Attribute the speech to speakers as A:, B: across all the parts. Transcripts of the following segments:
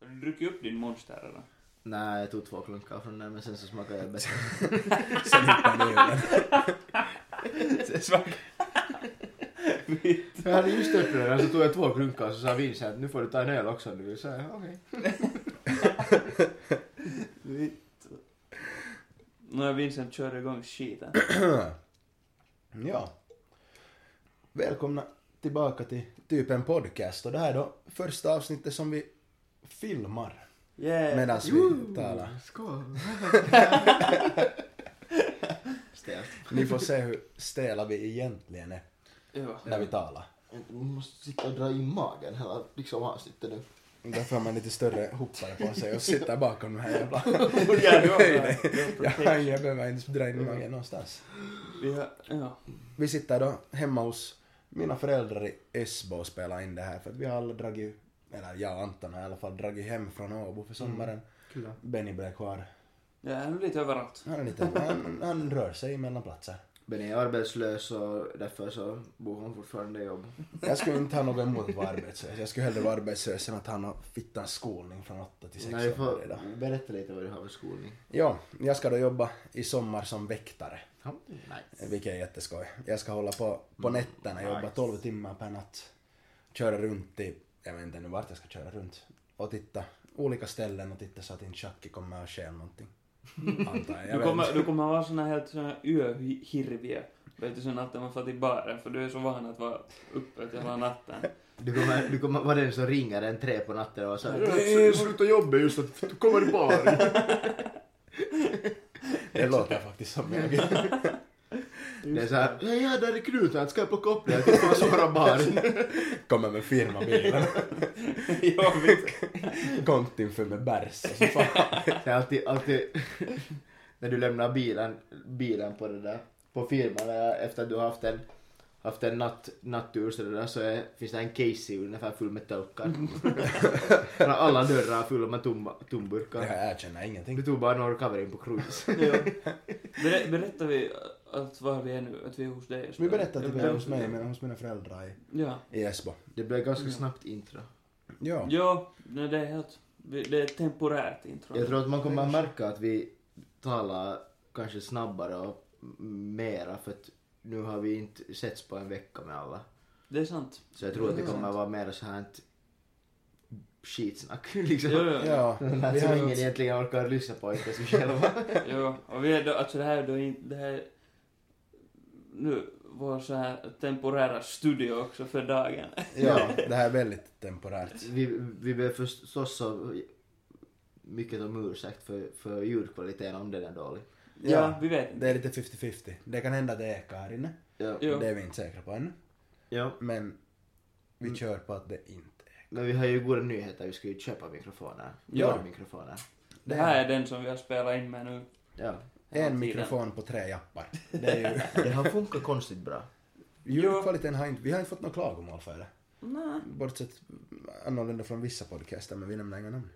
A: du druckit upp din monster eller?
B: Nej, jag tog två klunkar från den men sen så smakade jag bättre.
C: Sen hittade du ölen.
B: Sen smakade- jag hade just öppnat den så tog jag två klunkar och så sa Vincent att nu får du ta en öl också om du vill. Så jag, okej.
A: När Vincent kör igång skiten.
C: Ja. Välkomna tillbaka till typ en podcast och det här är då första avsnittet som vi filmar
A: Yeah.
C: medan vi talar.
B: Skål! Stelt.
C: Ni får se hur stela vi egentligen är
A: Ja.
C: när vi talar.
B: Du måste sitta och dra in magen hela liksom avsnittet nu.
C: Därför har man lite större hoppare på sig och sitter bakom de här jävla...
A: Ja, då-
C: Nej,
A: då-
C: Jag, jag behöver inte dra in magen någonstans.
A: Vi har, ja.
C: Vi sitter då hemma hos mina föräldrar i Esbo och spelar in det här för att vi har alla dragit, eller jag och Anton har i alla fall dragit hem från Åbo för sommaren.
B: Kul.
C: Benny blev kvar.
A: Ja, han är lite överallt.
C: Han, är lite, han, han rör sig mellan platser.
B: Benny är arbetslös och därför så bor hon fortfarande i jobb.
C: Jag skulle inte ha något emot att vara arbetslös. Jag skulle hellre vara arbetslös än att han har fittans skolning från 8 till 6
B: Nej, du
C: varje
B: får
C: dag.
B: berätta lite vad du har för skolning.
C: Ja, jag ska då jobba i sommar som väktare.
B: Nice.
C: Vilket är jätteskoj. Jag ska hålla på på nätterna, jobba
B: nice.
C: 12 timmar per natt. Köra runt i, jag vet inte nu vart jag ska köra runt. Och titta olika ställen och titta så att inte Chucky kommer att stjäla någonting. Antar jag. jag.
A: Du
C: vet
A: kommer,
C: inte.
A: du kommer vara såna helt såna öhirviga. Vet du, såna att man får till baren, för du är så van att vara uppe till hela natten.
B: Du kommer, du kommer vara den som ringer en tre på natten och säger
C: sluta jobba just att du kommer i bar. Det låter faktiskt som jag.
B: Det är såhär, hej jag är där i knuten, ska jag plocka upp dig? Jag ska såra baren.
C: Kommer med firmabilen.
A: ja, visst.
C: Kontin för med bärs och så fan.
B: Det är alltid, alltid när du lämnar bilen, bilen på det där, på firman eh, efter att du har haft en, haft en natt, nattur så, det där, så är, finns det en case ungefär full med tölkar. Från alla dörrar fulla med tomma, tomburkar.
C: Jag erkänner ingenting.
B: Du tog bara några covering på cruise.
A: Ja. Ber, berättar vi att var vi är nu? Att vi är hos dig?
C: Vi berättade
A: Ja,
C: till dig hos mig, men hos mina föräldrar i,
A: Ja.
C: i Esbo.
B: Det blev ganska
A: Ja.
B: snabbt intro.
C: Ja.
A: Ja, nej, det är helt... Det är ett temporärt intro.
B: Jag tror att man kommer att märka att vi talar kanske snabbare och m- mera för att nu har vi inte setts på en vecka med alla.
A: Det är sant.
B: Så jag tror att det kommer att vara mer så här ett skitsnack liksom.
A: Jo, jo.
C: Ja.
B: Sånt
C: Vi
B: som
C: har
B: ingen
C: inte...
B: egentligen orkar lyssna på, inte ens vi själva.
A: Jo, och vi är då, alltså det här är då in, det här är nu vår så här temporära studio också för dagen.
C: Ja, det här är väldigt temporärt.
B: Vi, vi ber förstås så mycket om ursäkt för, för ljudkvaliteten om den är dålig.
A: Ja, vi vet inte.
C: Det är lite 50-50. Det kan hända att det ekar här inne.
B: Ja.
A: Jo.
C: Det är vi inte säkra på ännu.
B: ja.
C: Men
A: Mm.
C: vi kör på att det inte är.
B: Men vi har ju goda nyheter, vi ska ju köpa mikrofoner.
A: Ja.
B: Bra mikrofoner.
A: Det här är den som vi har spelat in med nu.
B: Ja.
C: En
A: Tiden.
C: mikrofon på tre jappar. Det är ju...
B: Det har funkat konstigt bra.
C: Ljudkvaliteten har inte... Vi har inte fått några klagomål för det.
A: Nej.
C: Bortsett annorlunda från vissa podcaster, men vi nämner inga namn.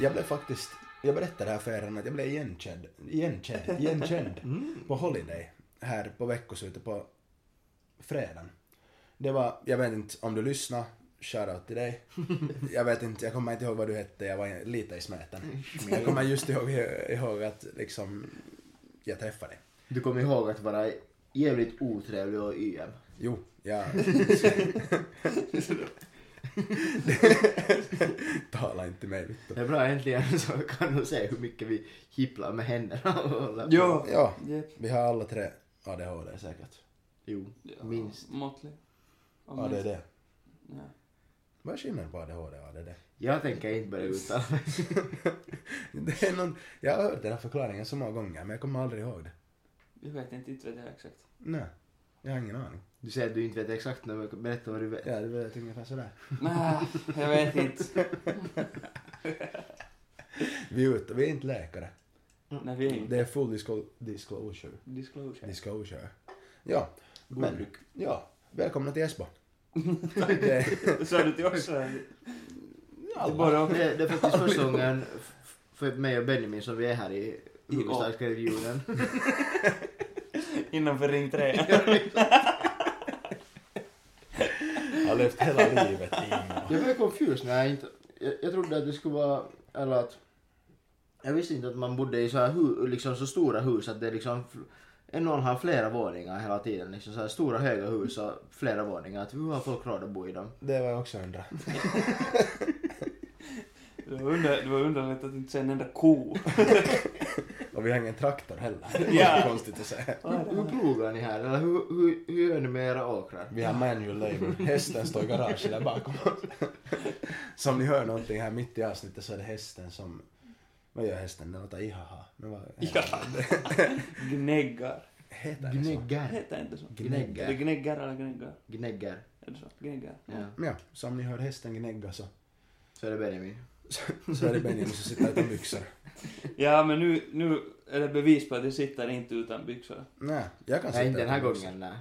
C: Jag blev faktiskt, jag berättade här för er att jag blev igenkänd, igenkänd, igenkänd på Holiday här på veckoslutet på fredagen. Det var, jag vet inte om du lyssnar, shoutout till dig. Jag vet inte, jag kommer inte ihåg vad du hette, jag var lite i smeten. Men jag kommer just ihåg, ihåg att liksom, jag träffade dig.
B: Du kommer ihåg att vara jävligt otrevlig och YM.
C: Jo, jag... Tala inte till mig,
B: Det
C: Vittu.
B: är bra äntligen så kan du se hur mycket vi hipplar med händerna och håller på.
A: Jo.
C: Ja,
A: Yep.
C: vi har alla tre ADHD säkert.
B: Jo.
A: Ja,
B: Minst.
A: Måttlig. Om
C: ADD.
A: minst. Ja.
C: Vad är skillnaden på ADHD och ADD?
B: Jag tänker inte börja uttala mig.
C: Det är någon... Jag har hört den här förklaringen så många gånger, men jag kommer aldrig ihåg det.
A: Jag vet inte, inte vet jag exakt.
C: Nej, jag har ingen aning.
B: Du säger att du inte vet exakt när men berätta vad du vet.
C: Ja, det var ungefär sådär.
A: Nej, jag vet inte.
C: Vi är ute, vi är inte läkare.
A: Nej, vi är inte.
C: Det är full disco... disclosure.
A: Disclosure.
C: Disclosure. Ja,
B: God
C: men...
B: lycka.
C: Ja, välkomna till Esbo. Det är...
A: Sa du till oss? eller?
C: alla.
A: Bara okej.
B: Det, det är faktiskt första gången f- för mig och Benjamin som vi är här i
A: I
B: huvudstadsregionen.
A: Innanför ring 3.
C: Jag har levt hela livet i Ingvar.
B: Jag blev confused när jag inte... Jag, jag trodde att det skulle vara... Eller att... Jag visste inte att man bodde i så här hu, liksom så stora hus att det är liksom... fl- En och en har flera våningar hela tiden. Liksom så här stora höga hus och flera våningar. Att hur har folk råd att bo i dem?
C: Det var jag också undra.
A: Det var, under, det var underligt att inte se en enda ko.
C: Och vi har ingen traktor heller. Det var
A: Ja.
C: så konstigt att säga.
B: Hur, hur plogar ni här? Eller hur, hur, hur gör ni med era åkrar?
C: Vi har manual labor. Hästen står i garaget där bakom oss. Så om ni hör någonting här mitt i avsnittet så är det hästen som... Vad gör hästen? Den låter ihaha. Men vad
A: Ja. Gnäggar.
C: heter det så?
B: Gnäggar.
A: Heter inte så? Är det
B: Gnäggar.
A: gnäggar eller gnäggar?
B: Gnäggar.
A: Är det så? Gnäggar?
B: Ja.
C: Ja, så om ni hör hästen gnägga så,
B: Så är det Benjamin.
C: så är det Benjamin som sitter utan byxor.
A: Ja, men nu, nu är det bevis på att jag sitter inte utan byxor.
C: Nej, jag kan sitta
B: Nej, inte den här
C: utan byxor.
B: gången. Nej.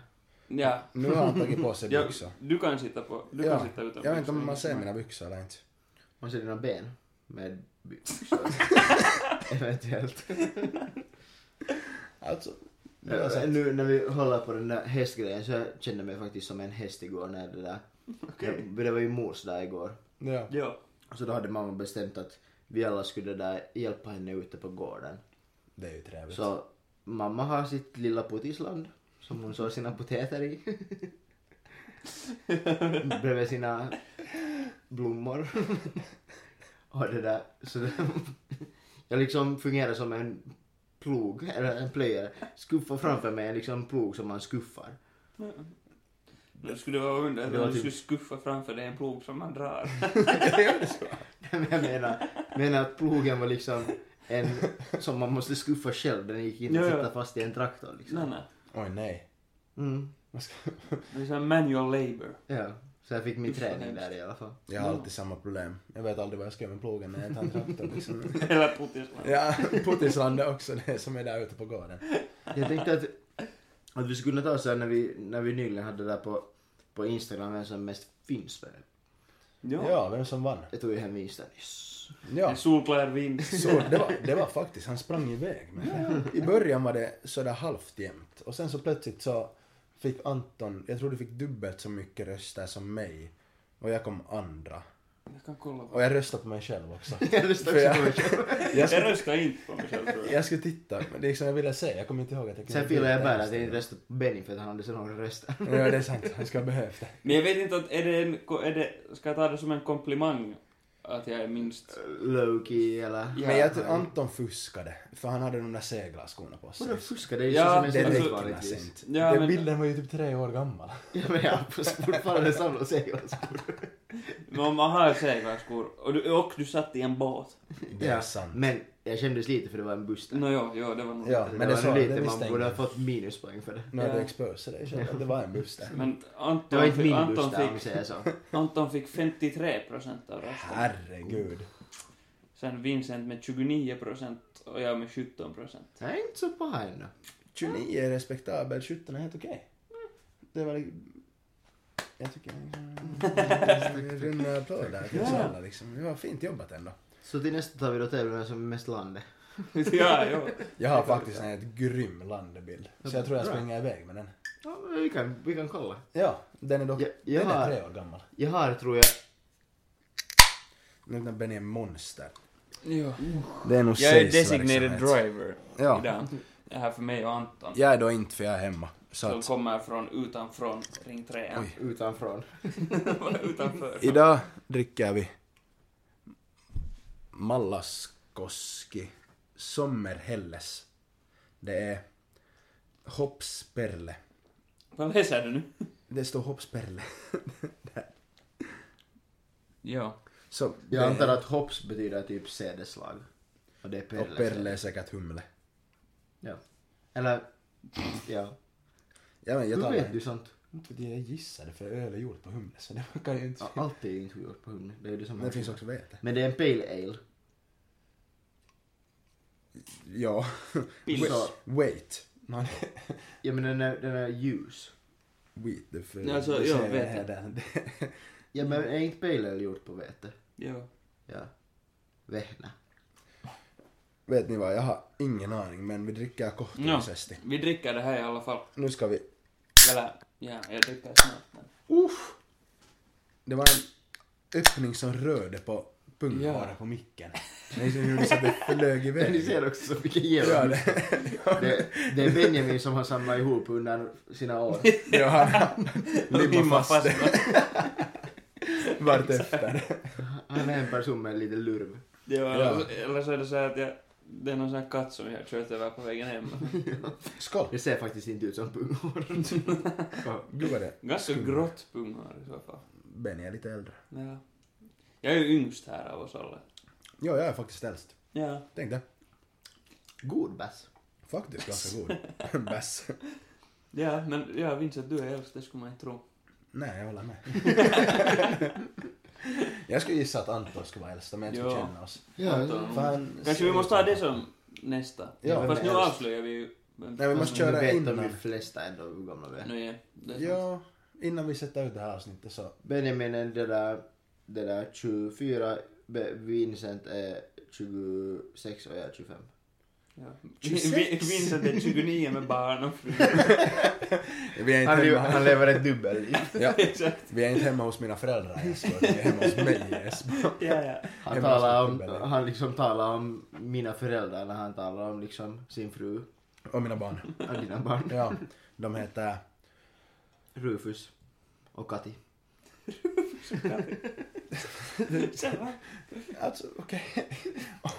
A: Ja,
C: Nu har han tagit på sig
A: Ja,
C: byxor.
A: du kan sitta på... Du
C: Ja,
A: kan sitta utan
C: Jag vet inte om man
A: byxor.
C: ser mina byxor eller inte.
B: Man ser dina ben med byxor. Eventuellt.
C: Alltså, eh, det var
B: Ja,
C: sant.
B: Nu när vi håller på den där hästgrejen så jag kände mig faktiskt som en häst igår när det där.
A: Okej.
B: Det, det var ju mors dag igår.
C: Ja.
A: Ja.
B: Så då hade mamma bestämt att vi alla skulle där hjälpa henne ute på gården.
C: Det är ju trevligt.
B: Så mamma har sitt lilla potisland som hon sår sina potäter i. Bredvid sina blommor. Och det där. Så det, jag liksom fungerar som en plog, eller en plöjare. Skuffar framför mig en liksom plog som man skuffar.
A: Nu skulle det vara underligt
B: Det var
A: om du
B: typ-
A: skulle skuffa framför dig en plog som man drar.
B: Men jag menar, menar att plogen var liksom en som man måste skuffa själv. Den gick inte att
A: Ja, ja.
B: sitta fast i en traktor
A: Nej,
B: liksom.
A: nej.
C: Oj nej.
B: Mm,
C: Vad ska-
A: Det är sån här manual labor.
B: ja. Så jag fick min
A: Usch, vad
B: träning
A: hemskt.
B: där i alla fall.
C: Jag har alltid samma problem. Jag vet aldrig vad jag ska göra med plogen när jag tar en traktor liksom.
A: Eller potisland.
C: Ja, potislandet också, det som är där ute på gården.
B: Jag tänkte att, att vi skulle ta så här när vi, när vi nyligen hade det där på, på Instagram, vem som mest finns för det.
A: Ja.
C: Ja, vem som vann?
B: Jag tog ju hem vinsten nyss.
C: Ja.
A: En solklar vinst.
C: Så det, var, det var faktiskt, han sprang iväg med det. I början var det sådär halvt jämnt och sen så plötsligt så fick Anton, jag tror du fick dubbelt så mycket röster som mig och jag kom andra.
A: Jag kan kolla. på-
C: Och jag röstade på mig själv också.
B: Jag
C: För
B: lyssnade
C: jag-
B: också på mig själv.
C: Jag
A: Jag
C: skulle,
A: röstar inte på mig själv tror jag.
C: jag skulle titta, men liksom jag ville se, jag kommer inte ihåg att jag kunde
B: Sen filade jag
C: byta
B: bara att jag inte
C: röster.
B: röstade på Benny för att han hade så långa röster.
C: Ja, det är sant, han ska ha behövt det.
A: Men jag vet inte, att är det en, ko- är det, ska jag ta det som en komplimang? Att jag är minst...
B: Loki eller...
A: Ja.
C: Men jag tror Anton fuskade, för han hade de där seglarskorna på sig.
B: Vadå fuska? Det är ju
A: Ja,
B: så som
C: Det
B: en
A: alltså-
B: svensk
C: räknas
B: vanligtvis.
C: inte.
A: Ja,
C: Den
A: men-
C: bilden var ju typ tre år gammal.
B: Ja men jag har fortfarande samma seglarskor.
A: Men om man har seglarskor och du, och du satt i en båt.
C: Det är sant.
B: Men jag kändes lite för det var en buss där.
A: Nå ja, ja, det var nog...
C: Ja, men det
B: var
C: sa
B: lite,
C: det
B: man
C: misstänkte
B: borde ha
C: jag.
B: fått minuspoäng för det.
C: Nu har du
A: Ja.
C: exposat dig själv att det var en buss där.
A: Men
B: Det var
A: Anton,
B: inte
A: fick,
B: min buss
A: Anton,
B: där om vi
A: fick,
B: säger så.
A: Anton fick 53 procent av rösterna.
C: Herregud.
A: Sen Vincent med 29 procent och jag med 17 procent.
B: Det är inte så bra ändå.
C: 29 är respektabel, 17 är helt okej. Det var liksom... Jag tycker... En rund applåd där till oss
A: Ja.
C: alla liksom. Det var fint jobbat ändå.
B: Så till nästa tar vi då tävlingen som är mest landet.
A: ja, ja.
C: Jag har faktiskt en helt grym landebild. Så jag tror jag
B: Bra.
C: springer iväg med den.
B: Ja, men vi kan, vi kan kolla.
C: Ja, den är dock...
B: Jag- jag
C: Den är
B: har-
C: tre år gammal.
B: Jag har tror jag...
C: Nu när Benny är monster.
A: ja.
C: Det är nog
A: Jag är
C: Seis
A: designated
C: verksamhet.
A: driver
C: Ja.
A: idag. Det här för mig och Anton.
C: Jag är då inte för jag är hemma. Så
A: Som
C: att...
A: kommer från utanfrån ring 3.
C: Oj.
B: Utanfrån.
A: Utanför.
C: Idag dricker vi Mallaskoski Sommerhelles. Det är hoppsperle.
A: Vad läser du nu?
C: Det står hoppsperle.
A: Ja.
C: Så
B: Jag
C: det-
B: antar att hops betyder typ sädeslag. Och det är perle.
C: Och perle är säkert humle.
B: Ja. Eller... Ja.
C: Ja, men jag
B: Hur
C: tar
B: vet
C: det.
B: du sånt?
C: Inte det Jag gissade för öl är gjort på humle så det kan ju inte...
B: Ja, allt är ju inte gjort på humle. Det är ju det som
C: Det finns också vete.
B: Men det är en pale ale.
C: Ja.
A: Pils.
B: Så,
C: Wait. No,
B: ja men den är, den är ljus.
C: wait. Det är för...
A: Nej, alltså,
C: det
A: ja,
C: säger
A: vete.
C: här där. Det-
B: Ja men är inte pale ale gjort på vete?
A: Ja.
B: Ja. Vähna.
C: Vet ni vad, jag har ingen aning men vi dricker
A: Ja.
C: kortvisesti.
A: Vi dricker det här i alla fall.
C: Nu ska vi
A: Eller, ja, jag dricker snart. men-
C: Uff. Det var en öppning som rörde på punghåret
A: Ja.
C: på micken. Nej, så gjorde så att det flög
B: Men ni
C: iväg.
B: ser också så mycket
C: Ja,
B: genom.
C: det,
B: Det, det är Benjamin som har samlat ihop under sina år.
C: ja, han limmade fast det vartefter.
B: Han är en person med lite lurv.
A: Ja,
C: Ja.
A: eller så är det så här att jag, det är någon sån här katt som jag kört över på vägen hem.
C: Skål!
B: Det ser faktiskt inte ut som punghår.
C: Gud vad det
A: Ganska
C: Skumt.
A: grått punghår i så fall.
C: Benny är lite äldre.
A: Ja. Jag är ju yngst här av oss alla.
C: Ja, jag är faktiskt äldst.
A: Ja.
C: Tänk det.
B: God bärs.
C: Faktiskt ganska god. Bäss.
A: Ja, men ja, Vincent, du är äldst, det skulle man inte tro.
C: Nej, jag håller med. jag skulle gissa att Anton skulle vara äldst om jag inte skulle
A: Ja.
C: känna oss.
A: Ja.
C: För han
A: Kanske vi måste ha det som nästa.
C: Ja,
A: Fast
C: men
A: nu
C: äldst.
A: avslöjar vi ju... vem-
C: Nej, vi måste
A: vem-
C: köra
B: Nu vet
C: innan.
B: de ju flesta ändå hur gamla vi är.
A: Nu är det är sant.
C: Ja, innan vi sätter ut det här avsnittet så...
B: Benjamin är det där, det där 24, Be- Vincent är 26 och jag är 25.
A: Ja.
C: 26.
A: Vincent är 29 med barn och fru.
C: Vi är inte
B: Han, lever-
C: hemma,
B: han lever ett dubbelliv.
C: ja,
A: Exakt.
C: vi är inte hemma hos mina föräldrar i Esbo, vi är hemma hos mig i Esbo.
A: Ja, ja.
B: Han,
C: Hemma
B: talar
C: hos
B: om,
C: dubbelliv.
B: han liksom talar om mina föräldrar när han talar om liksom sin fru
C: Och mina barn.
B: och dina barn.
C: Ja, de heter...
B: Rufus och Kati.
A: Så, va?
C: Alltså, okej.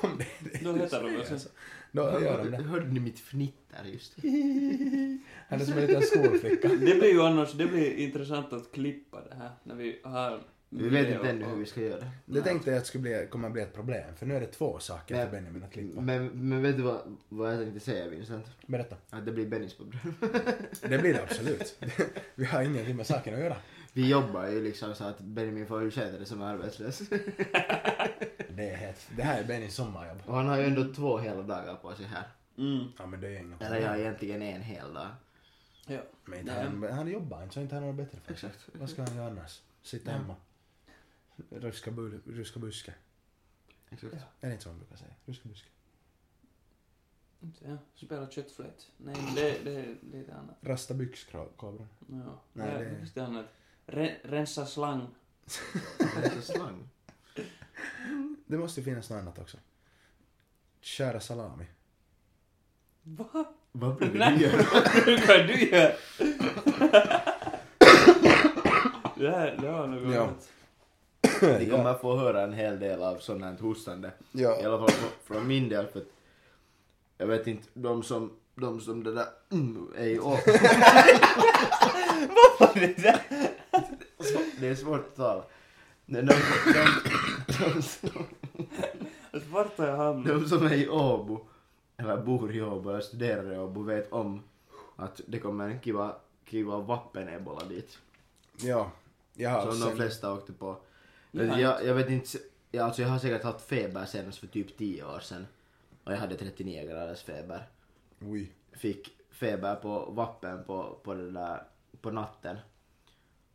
C: Om det,
A: Då heter de väl så.
C: Då gör de
B: Hörde,
C: det.
B: hörde ni mitt fnitter just?
C: Han är som en liten skolflicka.
A: Det blir ju annars, det blir intressant att klippa det här när vi har...
B: Vi vet inte ännu hur vi ska göra det.
C: Det tänkte jag att skulle bli, kommer att bli ett problem, för nu är det två saker
B: Men-
C: för Benjamin att klippa.
B: Men, men vet du vad, vad jag tänkte säga Vincent?
C: Berätta.
B: Att det blir Bennys problem.
C: Det blir det absolut. Vi har ingenting med saken att göra.
B: Vi jobbar ju liksom så att Benjamin får ursäkta det som är arbetslös.
C: Det, är helt, det här är Bennys sommarjobb.
B: Och han har ju ändå två hela dagar på sig här.
A: Mm.
C: Ja men det är inget
B: Eller jag egentligen en hel dag.
A: Ja.
C: Men inte han, han jobbar inte så inte han har något bättre för sig.
B: Exakt.
C: Vad ska han göra annars? Sitta
A: Ja.
C: hemma? Ruska, bul, ruska buske.
B: Exakt.
C: Är det inte så man brukar säga? Ruska buske.
A: Ja, spela köttflöjt. Nej, men det, det är lite annat.
C: Rasta byxkabran.
A: Ja.
C: Nej,
A: Nej,
C: det-
A: det är lite annat. Re, rensa slang.
B: Det är så slang.
C: Det måste ju finnas något annat också. Kära salami.
A: Va?
B: Vad brukar
A: Nej,
B: du göra?
A: vad brukar du göra? det här, det var något
C: Ja.
A: annat.
B: Ni kommer få höra en hel del av sånt här hostande. I
C: Ja.
B: alla fall från- från min del för att jag vet inte, de som, de som det där mm, är i år.
A: Vad var det där?
B: Det är svårt att tala. Men De, de, de, de,
A: Alltså, vart har jag hamnat?
B: de som är i Åbo, eller bor i Åbo eller studerar i Åbo vet om att det kommer en kiva, kiva vapenebola dit.
C: Ja. Jag har
B: Som de
C: sen-
B: flesta åkte på.
A: Ja.
B: Men jag, jag vet inte, jag, alltså jag har säkert haft feber senast för typ 10 år sedan. Och jag hade 39 graders feber.
C: Oj.
B: fick feber på vappen på, på, det där, på natten.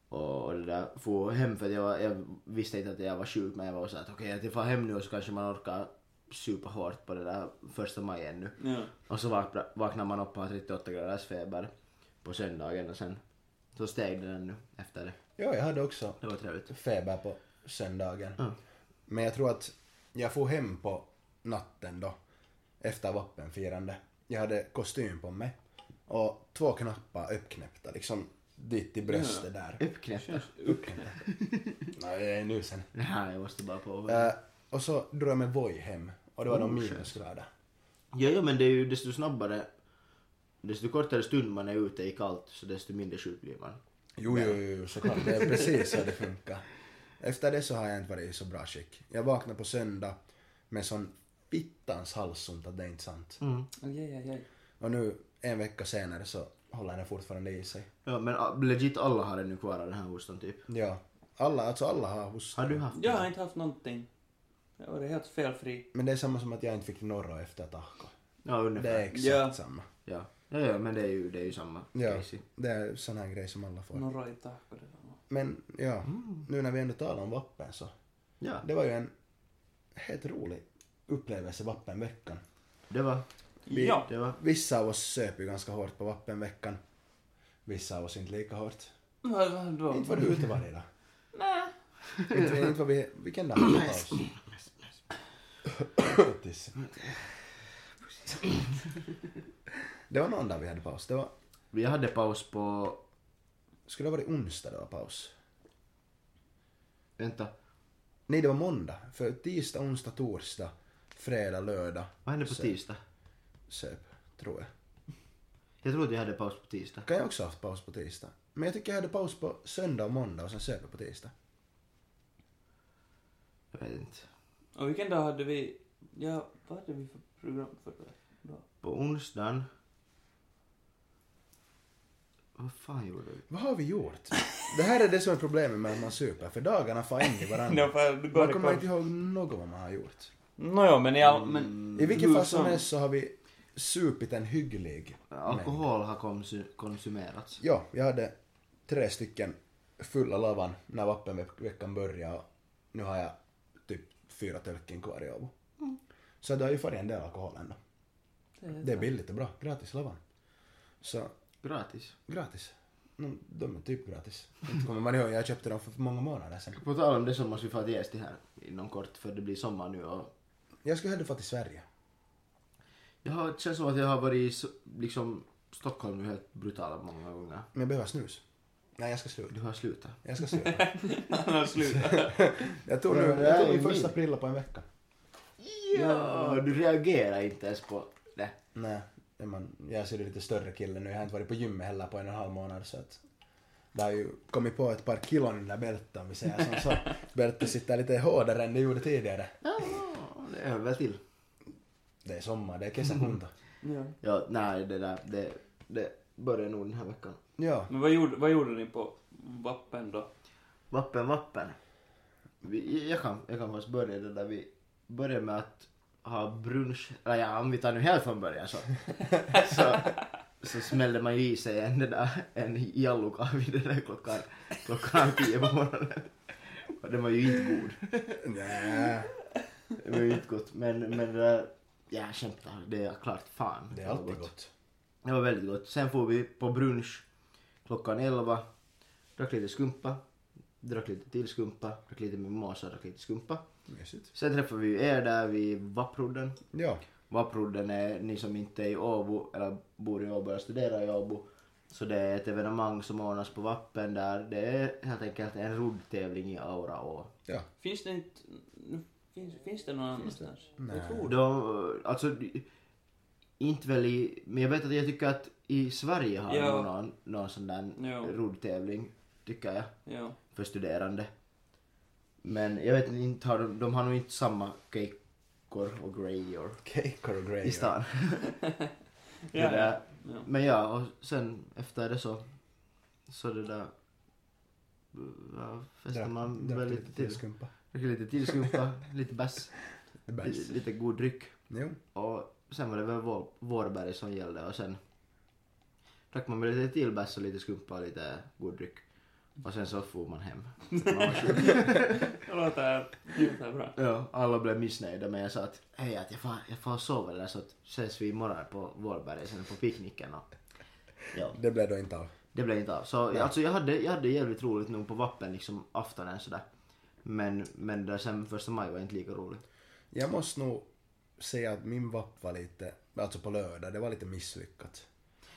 B: Och, och det där, for hem för att jag, var- jag visste inte att jag var sjuk men jag var så att okej, att jag får hem nu så kanske man orkar supa hårt på det där första maj ännu.
A: Ja.
B: Och så vakna, vaknar man upp och har 38 graders feber på söndagen och sen så steg den ännu efter det.
C: Ja, jag hade också
B: Det var trevligt.
C: feber på söndagen.
B: Mm.
C: Men jag tror att jag får hem på natten då, efter vapenfirande. Jag hade kostym på mig och två knappar uppknäppta liksom dit i bröstet där.
B: Uppknäppt.
A: Uppknäppt.
C: Nej, det är nu sen.
B: Nej, jag måste bara på.
C: Eh, och så drog jag med Voi hem och det var de
B: Oh,
C: minusgrader.
B: Ja, ja, men det är ju desto snabbare, desto kortare stund man är ute i kallt så desto mindre sjuk blir man.
C: Jo, jo, jo, jo, såklart. Det är precis så det funkar. Efter det så har jag inte varit i så bra skick. Jag vaknade på söndag med sån fittans halsont att det är inte sant.
A: Aj, aj, aj.
C: Och nu en vecka senare så håller den fortfarande i sig.
B: Ja men ah, legit alla har ännu kvar av den här hostan typ.
C: Ja. Alla, alltså alla har hosta.
B: Har du haft
A: Jag har
B: den?
A: inte haft någonting. Jag var helt felfri.
C: Men det är samma som att jag inte fick Norro efter Tahko.
B: Ja
C: Det är
B: ungefär.
C: exakt
A: Ja.
C: samma.
B: Ja. ja. Ja men det är ju, det är ju samma
C: Ja,
B: case.
C: det är sån här grej som alla får.
A: Norra i tak och det där.
C: Men ja, nu när vi ändå talar om vapen så.
B: Ja.
C: Det var ju en helt rolig upplevelse vapenveckan.
B: Det var,
A: Ja.
B: det var.
C: Vissa av oss söp ju ganska hårt på vapenveckan. Vissa av oss inte lika hårt.
A: Vad- vad då?
C: Inte var du ute varje dag.
A: Nej.
C: Inte inte vad vi... Vilken dag har vi paus? Grattis. Det var någon dag vi hade paus. Det var...
B: Vi hade paus på...
C: Skulle det ha varit onsdag det var paus?
B: Vänta.
C: Nej, det var måndag. För tisdag, onsdag, torsdag, fredag, lördag.
B: Vad hände på
C: söp-
B: tisdag?
C: Söp, tror jag.
B: Jag trodde jag hade paus på tisdag.
C: Kan jag också ha haft paus på tisdag? Men jag tycker jag hade paus på söndag och måndag och sen söp jag på tisdag.
B: Jag vet inte.
A: Och vilken dag hade vi... Ja, vad hade vi för program förra dagen?
B: På onsdagen... Vad fan gjorde vi?
C: Vad har vi gjort? Det här är det som är problemet med att man super, för dagarna far in i varandra. Man kommer inte ihåg något vad man har gjort.
A: Nåja, men ja, men...
C: I vilken
A: hur
C: fall som
A: som-
C: helst så har vi supit en hygglig mängd.
B: Alkohol har konsu- konsumerats.
C: Ja, jag hade tre stycken fulla lavan när vapenveckan började och nu har jag typ fyra tölken kvar i Åbo. Så det har ju farit en del alkohol ändå. Mm. Det är billigt och bra. Gratis lavan. Så
B: Gratis.
C: gratis. No, de är typ gratis. Inte kommer man ihåg, jag köpte dem för många månader sedan.
B: På tal om det så måste vi få till Esti här inom kort för det blir sommar nu och
C: Jag skulle hellre få till Sverige.
B: jag har, det känns som att jag har varit i s- liksom Stockholm nu helt brutalt många gånger.
C: Men jag behöver snus. Nej, jag ska sluta.
B: Du har slutat.
C: Jag ska sluta.
A: Han har slutat.
C: Jag tog nu,
B: Men det här
C: jag
B: är
C: tog min
B: ju
C: första
B: min.
C: prilla på en vecka.
B: Ja, du reagerar inte ens på det.
C: Nej, är man, jag ser ju lite större kille nu. Jag har inte varit på gymmet heller på en och en halv månad så att det har ju kommit på ett par kilon i den där Bertta om vi säger som så. Bertta sitter lite hårdare än det gjorde tidigare.
B: Ja, det hör väl till.
C: Det är sommar, det är
A: Mm.
C: kesäkunta.
A: ja.
B: Ja, nej, det där, det, det börjar nog den här veckan.
C: Ja,
A: Men vad gjorde, vad gjorde ni på Vappen då?
B: Vappen, vappen. Vi, jag, kan, jag kan faktiskt börja det där vi börjar med att ha brunch. Eller ja, om vi tar nu helt från början så, så, så smällde man ju i sig en, det där, en jalluka vid den där klockan, klockan tio på morgonen. Och den var ju inte god.
C: nej,
B: Det var ju inte gott. Men, men det där, jag skämtar, det är klart fan.
C: det är
B: var
C: alltid gott.
B: Det var väldigt gott. Sen får vi på brunch klockan 11. Drack lite skumpa. Drack lite till skumpa. Drack lite mimosa. Drack lite skumpa.
C: Mysigt.
B: Sen träffade vi ju er där vid Vapprodden.
C: Ja,
B: Vapprodden är ni som inte är i Åbo eller bor i Åbo eller studerar i Åbo. Så det är ett evenemang som ordnas på Vappen där det är helt enkelt en roddtävling i Auraå.
C: ja.
A: Finns det inte... nu- Finns, finns det någon annanstans?
C: Nej.
A: Jag tror det.
B: De, alltså, inte väl i, men jag vet att jag tycker att i Sverige har
A: Ja.
B: nog någon, någon sån där
A: Ja.
B: roddtävling, tycker jag,
A: Ja.
B: för studerande. Men jag vet inte, har de, de har nog inte samma cakor och grejor
C: Cake or grey.
B: i stan. Det
A: Ja,
B: där.
A: ja.
B: Men ja, och sen efter det så, så det där, ja, festar man väl lite till.
C: skumpa.
B: Dricker lite till skumpa, lite bärs,
C: Det är bäst.
B: lite god dryck.
C: Jo,
B: Och sen var det väl vår, Vårberg som gällde och sen drack man med lite till bärs och lite skumpa och lite god dryck. Och sen så for man hem. Man var sjuk.
A: Det låter, det låter bra.
B: ja, alla blev missnöjda men jag sa att hej att jag får, jag får sova där så att ses vi imorgon på Vårberg sen på picknicken och ja.
C: det blev då inte av.
B: Det blev inte av. Så alltså jag hade, jag hade jävligt roligt nog på vappen liksom aftonen sådär. Men, men där sen första maj var inte lika roligt.
C: Jag måste nog säga att min vapp var lite, alltså på lördag, det var lite misslyckat.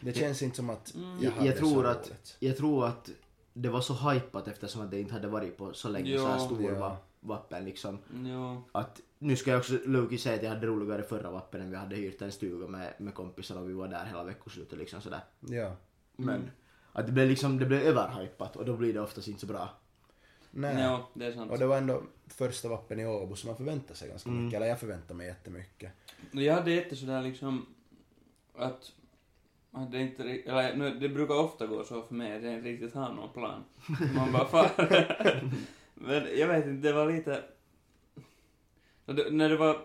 C: Det känns inte som att jag
B: Jag,
C: hade
B: jag, tror
C: så
B: att,
C: roligt.
B: jag tror att det var så hypat eftersom att det inte hade varit på så länge
A: Ja.
B: så här stor
C: Ja.
B: va, vappen liksom.
A: Ja.
B: Att, nu ska jag också Loki säga att jag hade roligare förra vappen än vi hade hyrt en stuga med, med kompisar och vi var där hela veckoslutet liksom sådär.
C: Ja.
B: Men att det blev liksom, det blev överhypat och då blir det oftast inte så bra.
C: Nej.
A: Ja, det är sant.
C: Och det var ändå första vappen i Åbo så man förväntar sig ganska
B: Mm.
C: mycket. Eller jag förväntar mig jättemycket.
A: Men Jag hade inte sådär liksom att, att det inte ri- eller nu, det brukar ofta gå så för mig att jag inte riktigt har någon plan. Man bara far. Men jag vet inte, det var lite, när det, när det var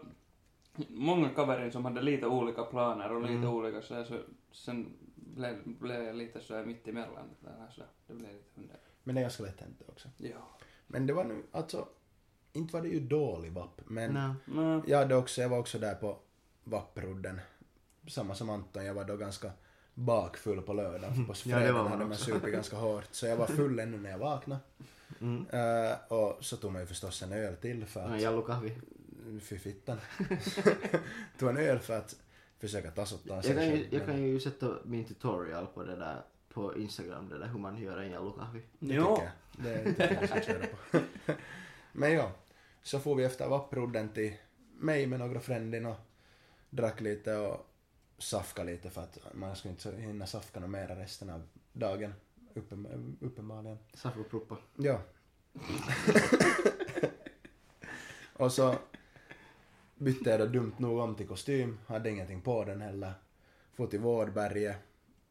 A: många kaverin som hade lite olika planer och lite
C: Mm.
A: olika sådär så sen blev, blev jag lite sådär mittemellan. Eller sådär. Det blev lite hundra.
C: Men det är ganska lätt hänt det också.
A: Ja.
C: Men det var nu, alltså, inte var det ju dålig vapp. Men
B: Nej.
A: Nå,
C: jag, hade också, jag var också där på vapprodden. Samma som Anton, jag var då ganska bakfull på lördagen. För på
B: Mm. Ja, det var
C: fredagen
B: man
C: hade man
B: också.
C: supit ganska hårt. Så jag var full ännu när jag vaknade.
B: Mm.
C: Eh, och så tog man ju förstås en öl till för
B: Ja,
C: att...
B: Jallu Kahvi.
C: Fy fittan. tog en öl för att försöka tassotta
B: Jag kan, ju, jag
C: men-
B: kan ju sätta min tutorial på det där på Instagram, det där hur man gör en Jallu Kahvi.
C: Det
A: Jo.
C: tycker jag. Det tycker jag vi ska köra på. men ja, så får vi efter vapprodden till mig med några frändin och drack lite och safka lite för att man skulle inte hinna safka något mera resten av dagen. Uppen, uppenbarligen.
B: Saffroproppa.
C: Ja. och så bytte jag då dumt nog om till kostym, hade ingenting på den heller. Får till Vårdberget.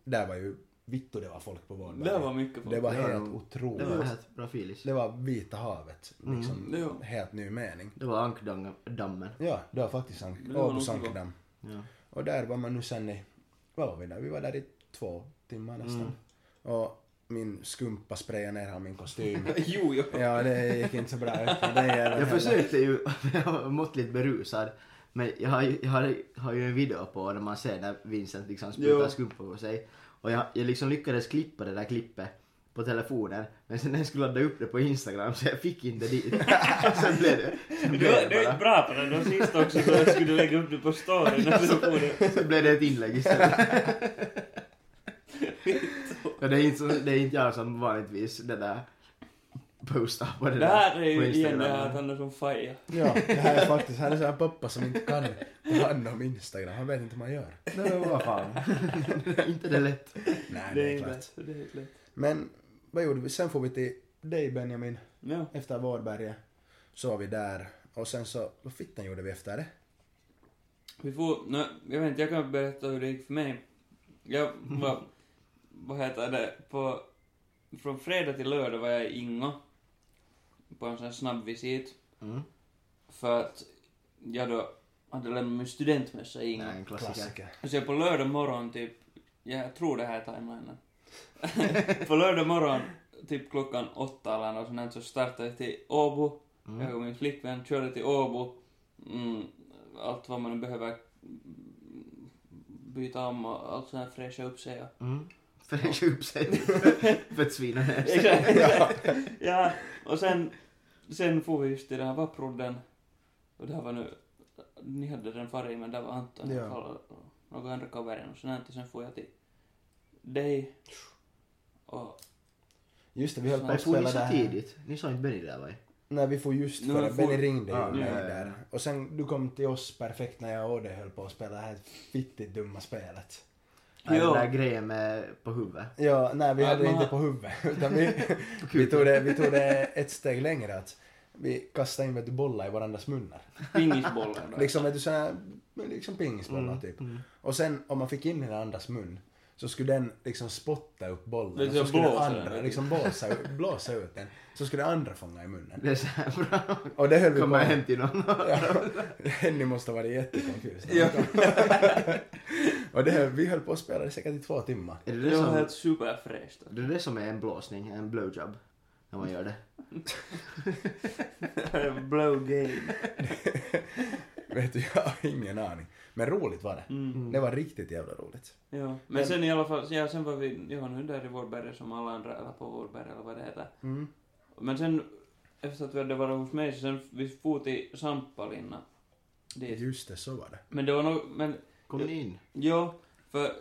C: Där var ju, vittu det var folk på Vårdberget.
A: Det var mycket folk.
C: Det var
B: Det var
C: helt
B: nog-
C: otroligt.
B: Det var helt bra filis.
C: Det var Vita havet, liksom.
A: Mm, jo.
C: Helt ny mening.
B: Det var ankdammen.
C: Ja, det var faktiskt Sank-
A: Det var nog
C: Åbo
A: så bra.
C: Sankedam.
B: Ja.
C: Och där var man nu sen i, vad var vi där? Vi var där i två timmar
A: Mm.
C: nästan. Och min skumpa sprayade ner all min kostym.
A: jo, jo.
C: ja, det gick inte så bra. för den jäveln
B: Jag
C: heller.
B: försökte ju, jag var måttligt berusad. Men jag har, ju- jag, har, har ju en video på när man ser när Vincent liksom sprutar
A: Jo.
B: skumpa på sig. Och jag, jag liksom lyckades klippa det där klippet på telefonen. Men sen när jag skulle ladda upp det på Instagram så jag fick inte dit. sen blev det, sen
A: Du,
B: blev
A: du
B: det
A: är inte
B: bara.
A: bra på det. Du sist också så jag skulle lägga upp det på storyn. och så får du-
B: Sen blev det ett inlägg istället. Och det är inte, så- det är inte jag som vanligtvis det där postar på det,
A: Det här är
B: på
A: ju igen
B: Instagram.
A: det här att han är som Faja.
C: Ja, det här är faktiskt, han är sån här pappa som inte kan ta hand om Instagram. Han vet inte hur man gör.
B: Nej men vad fan. inte det lätt.
C: Nej,
A: Det
C: det
A: är
C: är klart.
A: lätt. Det är helt lätt.
C: Men vad gjorde vi? Sen får vi till dig Benjamin.
A: Ja.
C: Efter Vårdberget så var vi där. Och sen så, vad fittan gjorde vi efter det?
A: Vi får, nej, jag vet inte, jag kan berätta hur det gick för mig. Jag var, vad heter det, på, från fredag till lördag var jag i Ingo. På en sån här snabb visit.
B: Mm.
A: För att jag då hade lämnat min studentmössa i Ingo.
B: Nej, en klassiker.
A: Och sen på lördag morgon typ, jag tror det här är timelinen. på lördag morgon, typ klockan åtta eller något sånt där, så startade jag till Åbo. Jag och min flickvän körde till Åbo. Mm, allt vad man behöver mm, byta om och allt sånt här fräscha upp sig. och-
B: Mm. Fräscha upp sig. För att svina ner sig.
A: Exakt, exakt. ja, och sen, sen får vi just till den här vapprodden. Och det här var nu, ni hade den farin men där var Anton
C: Ja.
A: ja. och några andra kaverin och sånt här. Och sen får jag till dig. Och
C: Just det, vi höll på
A: Nej,
C: att
B: Varför ni
C: spela det
B: så
C: här.
B: tidigt? Ni sa inte Benny där va?
C: Nej, vi får just
A: Nu
C: före.
A: får-
C: Benny ringde ju
B: Ah,
C: mig
A: ja,
B: ja, ja.
C: där. Och sen du kom till oss perfekt när jag och dig höll på att spela det här fittigt dumma spelet.
B: Ja. Den
A: Jo.
B: där grejen med på huvudet.
C: Ja, nej vi
A: Ja,
C: hade
A: man-
C: inte på huvudet. Utan vi, vi, tog det, vi tog det ett steg längre att vi kastade in vet du, bollar i varandras munnar.
A: pingisbollar då.
C: Liksom, vet du, såna här, liksom pingisbollar
B: Mm,
C: typ. Och sen om man fick in den andras mun så skulle den liksom spotta upp bollen.
A: Det är
C: och
A: så
C: så skulle
A: Liksom blåsa
C: andra
A: den.
C: liksom blåsa, ut- blåsa ut den. Så skulle andra fånga i munnen.
B: Det är så här bra.
C: Och det höll vi på
B: Kommer
C: med.
B: hem till någon.
C: Ja, ni måste ha varit jättekonfusa.
B: Ja.
C: och det här, vi höll på att spela det säkert i två timmar.
B: Är det
A: Det
B: det
A: var
B: som,
A: helt superfräscht.
B: det är det som är en blåsning, en blowjob? När man gör det.
A: Blow game.
C: Vet du, jag har ingen aning. Men roligt var det.
A: Mm.
C: Det var riktigt jävla roligt.
A: Ja, men,
C: Men-
A: sen i alla fall, ja sen var vi, jag var nu där i Vårberget som alla andra, eller på Vårberget eller vad det heter.
C: Mm.
A: Men sen, efter att vi hade varit hos mig, så sen vi for till Sampalinna. Dit.
C: Just det, så var det.
A: Men det var nog, men,
B: Kom ni in?
A: ja, för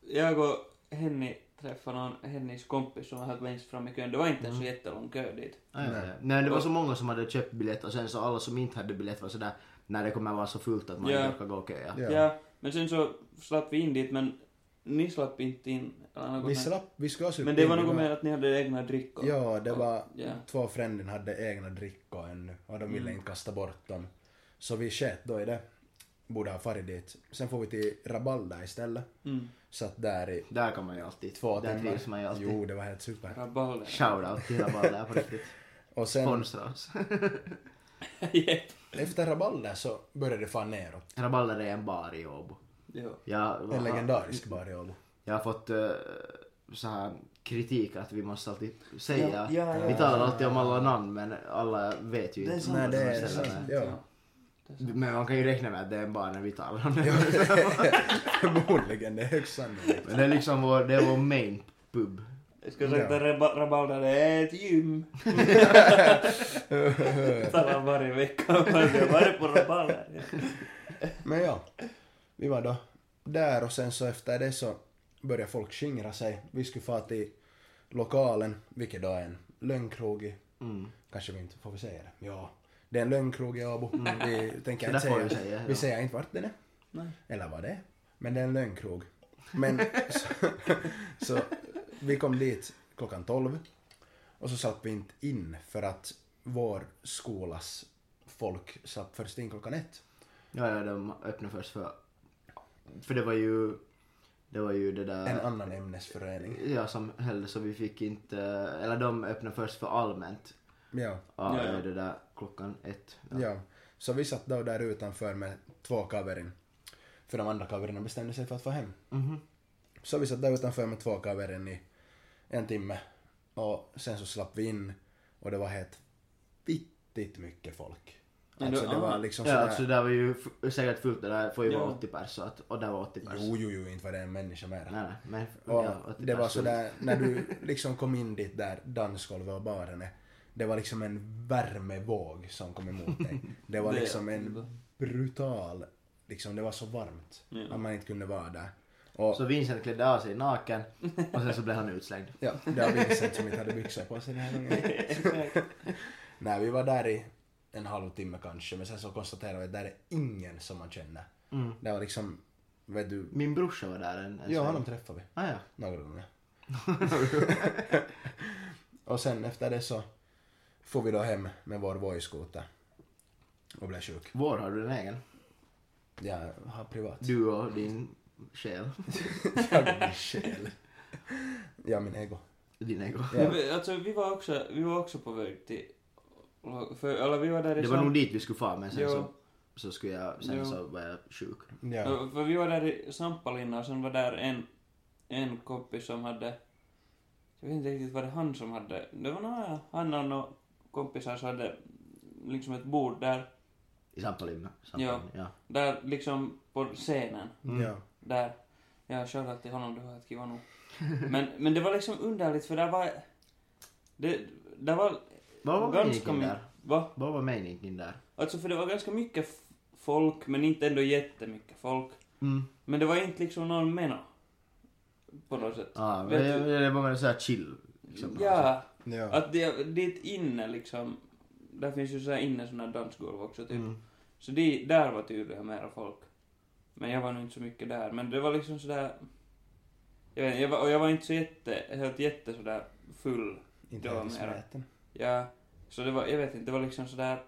A: jag och Henny träffade någon, Hennys kompis som var helt längst fram i kön. Det var inte en
C: Mm.
A: så jättelång kö dit.
B: Ah, ja,
C: Nej.
B: ja. Nej, det var så många som hade köpt biljett och sen så alla som inte hade biljett var sådär när det kommer vara så fullt att man
A: Ja.
B: inte orkar gå och köa.
C: Ja.
A: Ja, men sen så slapp vi in dit, men ni slapp inte in. Eller något
C: Vi
A: med-
C: slapp, vi skulle ha supit
A: Mm. men det var
C: in,
A: något
C: vi
A: med att ni hade egna drickor.
C: Ja, det
A: Och-
C: var...
A: Ja.
C: Två fränder hade egna drickor ännu och de ville
A: Mm.
C: inte kasta bort dem. Så vi sket då i det. Borde ha farit dit. Sen får vi till Rabalda istället.
A: Mm.
C: Satt där i
B: Där kan man ju alltid.
C: två
B: Där
C: timmar.
B: trivs man ju alltid.
C: Jo, det var helt super.
A: Rabalder.
B: Shoutout till hela ballen på riktigt.
C: Och sen
B: Sponsra oss.
A: yeah.
C: efter Rabalda så började det fan neråt.
B: Raballer är en bar i Åbo.
A: Ja.
B: Jag,
C: En legendarisk bar i Åbo.
B: jag har fått eh, så här kritik att vi måste alltid säga.
A: Ja, ja, ja,
B: vi
A: ja,
B: talar alltid om alla namn men alla vet ju
A: Det är
B: inte.
A: sant.
C: Nej,
B: vad
C: det
B: som
C: är
B: stället
C: sant.
B: är.
C: Ja.
B: Men man kan ju räkna med att det är en bar när vi talar om det.
C: Förmodligen, det är högst sannolikt.
B: Men det är liksom vår, det är vår main pub.
A: Jag skulle ha sagt att reba- rabalder är ett gym. Det tar man varje vecka. Man ska vara på rabalder.
C: Men ja, vi var då där och sen så efter det så började folk skingra sig. Vi skulle få till lokalen, vilket då är en lönnkrog i,
B: Mm.
C: kanske vi inte får vi säga det. Ja, det är en lönnkrog i Abo. Vi tänker
B: Så
C: inte
B: Mm. där får vi
C: säga.
B: säga,
C: vi
B: ja.
C: säger inte vart den är.
A: Nej.
C: Eller vad det är. Men det är en lönnkrog. Men så, så vi kom dit klockan 12 och så satt vi inte in för att vår skolas folk satt först in klockan ett.
B: Ja, ja, de öppnade först för... För det var ju... Det var ju det där...
C: En annan ämnesförening.
B: Ja, samhälle, så vi fick inte... Eller de öppnade först för allmänt.
C: Ja.
B: Ja,
A: Ja, ja.
B: ja, det där klockan ett.
C: Ja. Så vi satt då där utanför med två kaverin. För de andra kaverina bestämde sig för att få hem.
B: Mhm.
C: Så vi satt där utanför med två kaverin i en timme. Och sen så slapp vi in och det var helt vittigt mycket folk.
A: Men
C: Alltså
A: då-
C: det var
A: aha.
C: liksom
B: Ja,
C: sådär.
B: alltså det där var ju f- säkert fullt, det där får ju vara
A: Ja.
B: 80 pers så att, och där var 80 pers.
C: Jo, jo, jo, inte var det en människa mer.
B: Nej, nej, men
C: Och
B: ja, 80
C: det var
B: pers fullt.
C: sådär, när du liksom kom in dit där dansgolvet och baren är. Det var liksom en värmevåg som kom emot dig. Det var
A: Det-
C: liksom en brutal, liksom det var så varmt
A: Ja.
C: att man inte kunde vara där. Och,
B: Så Vincent klädde av sig naken och sen så blev han utslängd.
C: ja, det var Vincent som inte hade byxor på sig den här gången. Nej, vi var där i en halvtimme kanske, men sen så konstaterade vi att där är ingen som man känner.
B: Mm.
C: Det var liksom, vet du,
B: Min brorsa var där en, en
C: ja
B: sväng.
C: honom träffade vi.
B: Ah, ja.
C: Några gånger. och sen efter det så får vi då hem med vår Voi-skoter. Och blev sjuk.
B: Vår har du en egen.
C: Jag har privat.
B: Du och din själ.
C: Jag och min själ. Ja, min ego.
B: Din ego.
A: Men vi- Alltså, vi var också, vi var också på väg till... För, eller vi var där i
B: Det var nog
A: sam-
B: dit vi skulle fara men sen
A: Jo.
B: så, så skulle jag, sen
A: Jo.
B: så var jag sjuk.
C: Ja.
A: För, för vi var där i Sampalinna och sen var där en, en kompis som hade... Jag vet inte riktigt vad det han som hade... Det var några, han och några kompisar som hade liksom ett bord där,
B: I Sampalinna. Sampalinna, Ja.
A: där liksom på scenen.
C: ja.
A: Där. Jag körde till honom, det var ett kiva nog. Men, men det var liksom underligt för där var... Det, där var...
B: Vad var
A: ganska
B: meningen
A: my-
B: där?
A: Va?
B: Vad var meningen där?
A: Alltså för det var ganska mycket f- folk, men inte ändå jättemycket folk.
B: Mm.
A: Men det var inte liksom någon mena. På något sätt.
B: Ah,
A: Vet
B: men,
A: du-
B: det var väl såhär chill. Liksom, på något sätt.
A: Ja,
C: ja.
A: att det, dit inne liksom. Där finns ju så här inne såna här dansgolv också typ.
B: Mm.
A: Så det, där var tydligen mera folk. Men jag var nog inte så mycket där. Men det var liksom sådär... Jag vet inte, jag var, och jag var inte så jätte, helt jätte sådär full.
C: Inte
A: det var
C: helt
A: mera.
C: smeten.
A: Ja, så det var, jag vet inte, det var liksom sådär...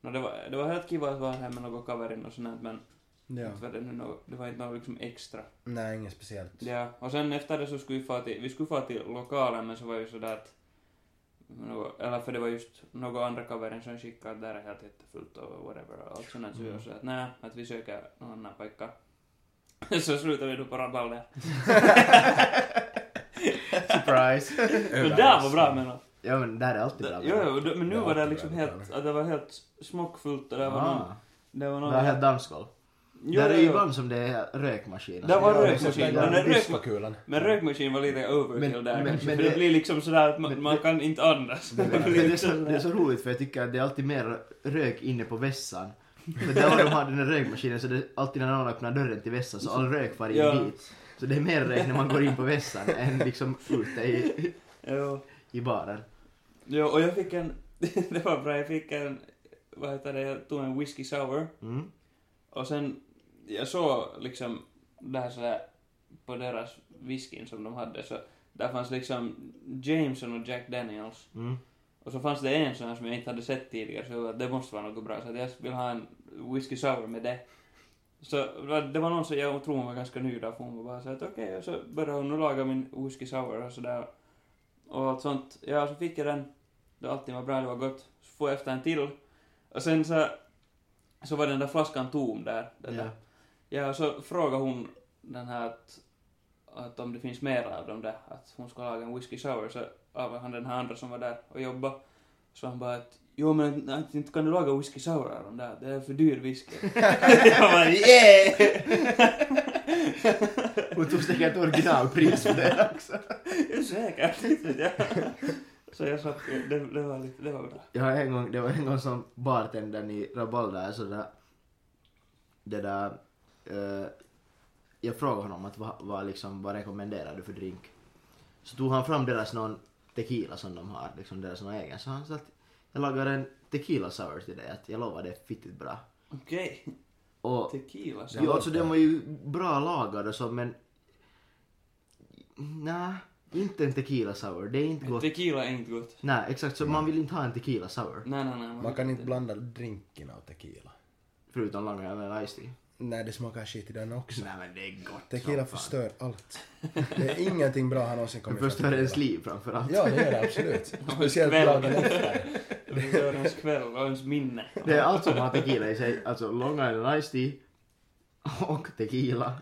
A: No, det, var, det var helt kiva att vara här med några kaverin och sånt men
C: Ja.
A: inte var det, nu något, det var inte något liksom extra.
C: Nej, inget speciellt.
A: Ja, och sen efter det så skulle vi få till, vi skulle få till lokalen men så var ju sådär att något- eller för det var just några andra kaverin som skickade att där är helt jättefullt och whatever och allt sånt där,
B: Mm.
A: så vi var sådär att nej, att vi söker någon annan paikka. så slutade vi då på rabalder.
B: Surprise!
A: Det där var bra menat.
B: ja men där är alltid bra.
A: Jo, jo, men nu
C: Det
A: var det
C: var
A: liksom
C: väldigt
A: helt,
C: bra.
A: att det var helt smockfullt och det var någon,
B: Ah,
A: det var
B: det
A: någon
B: var helt dansgolv.
A: Jo,
B: där är
A: jo,
B: ju
A: jo.
B: ibland som det är rökmaskiner.
A: Där var
C: Ja,
A: rök-
C: liksom,
A: rökmaskin.
C: där
A: Den är rök-
C: diskokulan.
A: Men rökmaskin var lite overkill
B: Men-
A: där
B: men-
A: kanske,
B: men
A: för
B: det-
A: det, blir liksom sådär att man,
B: men-
A: man kan inte andas.
C: Det-
A: Det,
B: Men
A: blir
B: det, är så,
A: liksom
B: det är
A: sådär.
B: så roligt för jag tycker att det är alltid mer rök inne på vässan. För där var de har den där rökmaskinen så det är alltid när någon öppnar dörren till vässan så all rök far in
A: Ja.
B: dit. Så det är mer rök när man går in på vässan än liksom ute i,
A: Jo.
B: i baren.
A: jo, och jag fick en, det var bra, jag fick en, vad heter det, jag tog en whisky sour
B: Mm.
A: och sen, jag såg liksom där sådär på deras whiskyn som de hade så där fanns liksom Jameson och Jack Daniels
B: Mm.
A: och så fanns det en sån här som jag inte hade sett tidigare så jag bara, det måste vara något bra så att jag vill ha en whisky sour med det. Så det var någon som, jag tror hon var ganska ny där, för hon var bara så att okej, och så började hon nu laga min whisky sour och sådär. Och allt sånt. Ja, så fick jag den. Det allting var bra, det var gott. Så får jag efter en till. Och sen så, så var den där flaskan tom där. Den
B: Ja.
A: där. Ja, och så frågade hon den här att, att om det finns mer av dem där, att hon ska laga en whisky sour, så av han den här andra som var där och jobbade. Så han bara att Jo men att inte kan du laga whisky sour av dem där, det är för dyr whisky. jag bara yeah!
B: Hon tog säkert originalpris för det också.
A: Säkert. Ja. Så jag slapp, det, det, var lite, det var bra.
B: Jag har en gång, det var en gång som bartendern i Rabalder sådär, det där, eh, jag frågade honom att vad, vad, liksom, vad rekommenderar du för drink? Så tog han fram deras någon tequila som de har, liksom deras någon egen, så han sa att jag lagar en tequila sour till dig, att jag lovar det är fittigt bra.
A: Okej.
B: Och
A: Tequila. Så.
C: Den
B: Jo,
C: var
B: alltså
C: bra.
B: den var ju bra lagad och så, men... Nej, inte en tequila sour. Det är inte gott.
A: Tequila är inte gott.
B: Nej, exakt. Så man vill inte ha en tequila sour.
A: Nej, nej, nej.
C: Man kan inte blanda drinken och tequila.
B: Förutom Long Island Iced Tea.
C: Nej, det smakar skit i den också.
B: Nej men det är gott
C: Tequila förstör allt. Det är ingenting bra han någonsin
B: Det
C: kommit
B: förstör ens liv framförallt.
C: Ja, det gör det absolut. Speciellt
A: kväll.
C: dagen efter.
A: Det gör ens kväll och ens minne.
B: Det är allt som har tequila i sig. Alltså Long Island Iced Tea och tequila.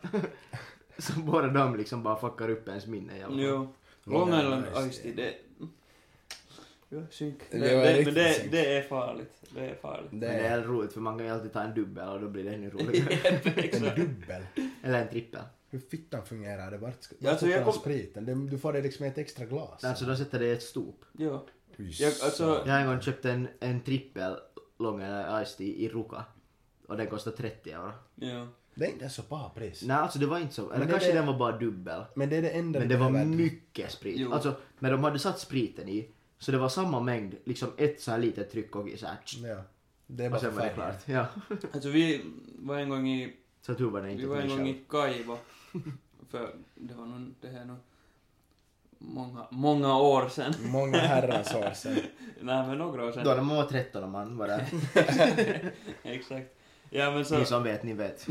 B: Så båda de liksom bara fuckar upp ens minne i alla fall.
A: Jo. Long Island Ice Tea, det... Ja, synk.
C: Det
A: Det,
C: var
A: det, men
C: riktigt
A: det,
C: synk.
A: det är farligt. Det är farligt.
C: Det
B: Men det
C: är
B: är roligt för man kan ju alltid ta en dubbel och då blir det ännu roligare.
A: Japp,
C: en
A: Exakt.
C: dubbel.
B: Eller en trippel.
C: Hur fittan fungerar det? Vart ska
A: Ja, alltså,
C: vart
A: jag
C: ska man
A: kom-
C: spriten? Det- Du får det liksom i ett extra glas.
B: Alltså de sätter det i ett stop.
A: Jo.
C: Fy
A: jag- alltså-
C: satan.
B: Jag har en gång köpt en, en trippel Long Island Iced Tea i Ruka. Och den kostade 30 euro.
A: Jo.
C: Det är inte ens så bra pris.
B: Nej alltså det var inte så. Eller
C: det-
B: kanske
C: det-
B: den var bara dubbel.
C: Men det är det enda
B: Men
C: du
B: det var
C: behöver.
B: mycket sprit.
A: Jo.
B: Alltså men de hade satt spriten i. Så det var samma mängd, liksom ett så här litet tryck och i så här, tsch,
C: Ja. Det är bara
B: Och sen var det
C: för färgen.
B: klart. Ja.
A: Alltså vi var en gång i
B: Så tur var det inte
A: Vi var en
B: för
A: gång
B: mig
A: i Kaivo. För det var nog, det här är nog många, många år sedan.
C: Många herrans år sedan.
A: Nej men några år
B: själv. Då
A: sedan.
B: när man var 13 och man var där.
A: Exakt. Ja men så,
B: Ni som vet, ni vet.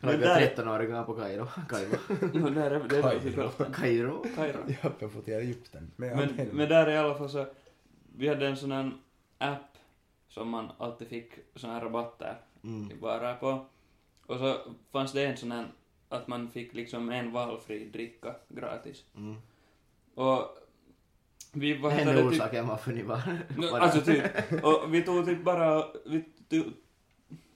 A: Men
B: Jag
A: där-
B: var 13-åringar på Kairo. Kairo.
A: no, där är, det är
C: Kairo.
A: Kairo.
B: Kairo.
A: Kairo.
C: Jag har uppe fått i Egypten. Men, jag
A: Men,
C: menar-
A: men där i alla fall så, vi hade en sån här app som man alltid fick såna här rabatter
B: Mm.
A: i bara på. Och så fanns det en sån här att man fick liksom en valfri dricka gratis.
B: Mm.
A: Och vi var...
B: Enda
A: hade typ-
B: orsaken varför ni var...
A: No,
B: var
A: alltså
B: där.
A: typ, och vi tog typ bara, vi tog,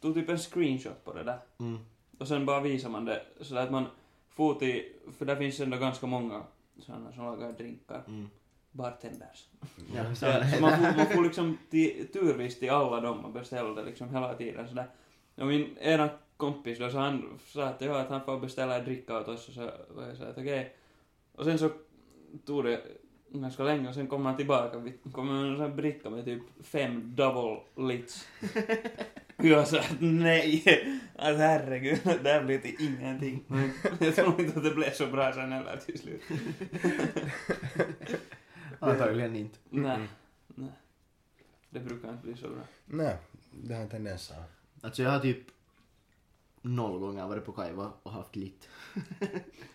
A: tog typ en screenshot på det där.
B: Mm.
A: Och sen bara visar man det sådär att man får till, för där finns ändå ganska många sådana som lagar drinkar.
B: Mm.
A: Bartenders.
B: Ja, så,
A: Ja, så man, får, man får liksom till, turvis till alla dem man beställde liksom hela tiden sådär. Och min ena kompis då, så han sa att, ja, att han får beställa en dricka åt oss och så var jag såhär att okej. Och sen så tog det ganska länge och sen kom han tillbaka. Vi kom med en sån här bricka med typ fem double lits. Och jag sa att nej, att herregud, det här blev till ingenting. Jag tror inte att det blev så bra sen heller till slut.
B: Antagligen inte.
A: Nej, nej. Det brukar inte bli så bra.
C: Nej, det har en tendens av.
B: Alltså jag har typ noll gånger varit på Kaiva och haft lite.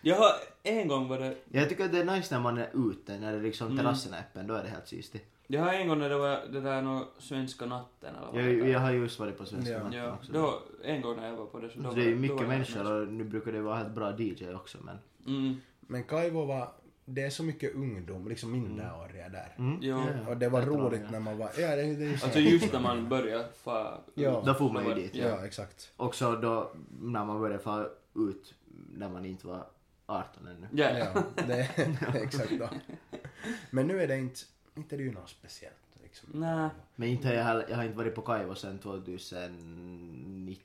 A: Jag har en gång var det,
B: Jag tycker att det är nice när man är ute, när det liksom
A: Mm.
B: terrassen är öppen, då är det helt systigt.
A: jag har en gång när det var det där nå svenska natten eller vad
B: Jag,
A: det var.
B: jag har just varit på Svenska
C: Ja.
B: natten
A: Ja,
B: också.
A: då, en gång när jag var på det så då
B: Så
A: var
B: det är ju
A: då var
B: mycket
A: det
B: människor
A: nice.
B: och nu brukar det vara helt bra DJ också men...
A: Mm,
C: Men Kaivo var... Det är så mycket ungdom, liksom minderåriga där.
B: Mm.
A: Jo.
C: Och det var
B: Jättebra,
C: roligt
B: ja.
C: när man var... Ja, det, det är ju så.
A: Alltså just när man börjar fa...
C: Ja.
B: Då får man
A: då
B: ju
A: var-
B: dit,
A: Ja.
C: Ja, exakt.
B: Också då när man började fara ut när man inte var 18 ännu.
A: Ja.
C: Ja, det, det är exakt då. Men nu är det inte... Inte är det ju något speciellt. Liksom.
A: Nej.
B: Men inte har jag, heller- jag har inte varit på Kaivo sedan 2019.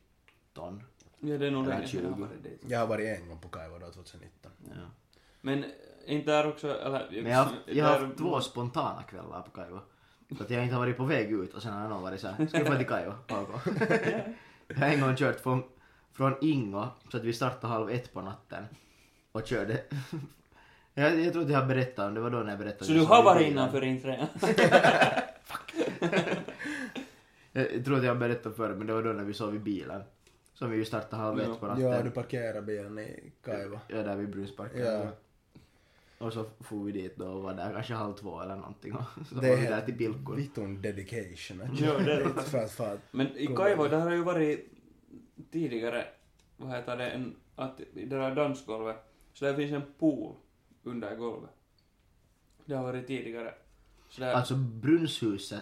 A: Ja, det är nog
B: Eller
A: länge sedan jag
B: 20.
A: har varit dit.
C: Jag har varit en gång på Kaivo då, 2019.
B: Ja.
A: Men inte där också, eller...
B: Men jag har haft, jag har
A: där-
B: haft två spontana kvällar på Kaivo. Så att jag inte har varit på väg ut och sen har någon varit såhär, ska vi få till Kaivo? Paavo?" Jag har en gång kört från, från Ingo, så att vi startade halv ett på natten och körde. Jag, jag tror att jag har berättat om det, var då när jag berättade.
A: Så
B: det
A: du har
B: i
A: varit
B: bilen.
A: innanför din trä?
B: Jag, jag tror att jag har berättat förr, men det var då när vi sov i bilen. Som vi ju startade halv
A: Ja.
B: ett på natten.
C: Ja, du parkerar bilen i Kaivo.
B: Ja, där vid Brunnsparken.
C: Ja.
B: Och så for vi dit då och var där kanske halv två eller någonting. Och så
C: Det
B: var
C: är
B: vi där
C: helt
B: till Pilkon.
C: Vitun dedication. att
A: Jo, det är
C: köra
A: det.
C: dit för att, för att,
A: Men i Kaivo, där har jag ju varit tidigare, vad heter det, en, att, i det där dansgolvet, så där finns en pool under golvet. Det har varit tidigare. Så där,
B: Alltså Brunnshuset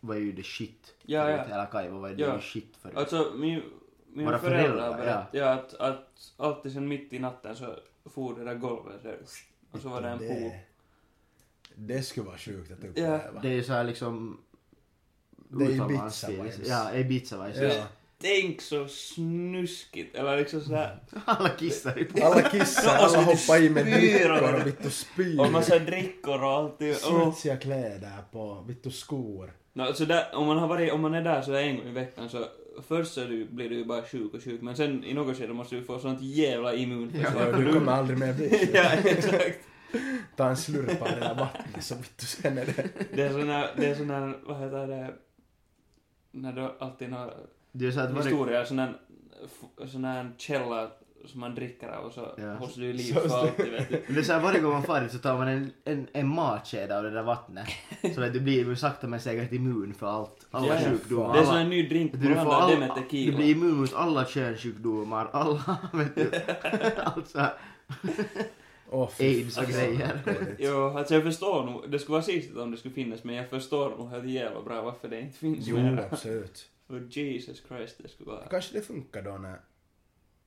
B: var ju det shit
A: Ja,
B: förut.
A: ja.
B: Eller Kaivo var ju
A: Ja.
B: det shit förut.
A: alltså min, mina
B: Våra
A: föräldrar,
B: föräldrar,
A: berättade ja. att, att alltid sen mitt i natten så for det där golvet där, och så var det en pool.
C: Det, det skulle vara sjukt att
B: Ja.
C: uppleva.
B: Det är ju såhär liksom...
C: Det är
B: utomlands-
C: Ibiza-vibes.
B: Ja, Ibiza-vibes.
C: Ja.
A: Tänk så snuskigt, eller liksom såhär.
B: Alla kissar i poolen.
C: Alla kissar,
A: Och så
C: alla
A: lite
C: hoppar i med
A: alltså, spyr
C: drickor
A: och-
C: och vittu spyr.
A: Och massa drickor och allting. Oh.
C: Smutsiga kläder på, vittu skor.
A: No, så där, om, man har varit, om man är där så där en gång i veckan så först så är du, blir du ju bara sjuk och sjuk men sen i något skede måste du få sånt jävla immunförsvar.
C: Ja, du kommer aldrig mer bli
A: ja, exakt.
C: Ta en slurp av det där vattnet så vittu sen är det...
A: Det är sån här, det är sån här, vad heter det, när du alltid har
B: Det är så att varje...
A: historia, sån här, f- sån här källa som man dricker av och så
B: Ja.
A: hålls du i liv
C: Så-
A: för alltid vet du.
B: Det är så här, varje gång man far dit så tar man en, en, en matsked av det där vattnet. Så att du blir ju sakta men säkert immun för allt. Alla
A: Ja, ja.
B: sjukdomar.
A: Det är sån
B: alla-
A: här ny drink,
B: Du, får
A: blanda det med
B: alla, du blir
A: tequila.
B: immun mot alla könssjukdomar, alla vet du. Allt så här,
C: Åh, fy
B: aids och
C: fan.
B: grejer.
A: Jo, alltså jag förstår nog, det skulle vara sist om det skulle finnas men jag förstår nog helt jävla bra varför det inte finns
C: Jo,
A: mera.
C: absolut.
A: För Jesus Christ, det skulle vara...
C: Kanske det funkar då när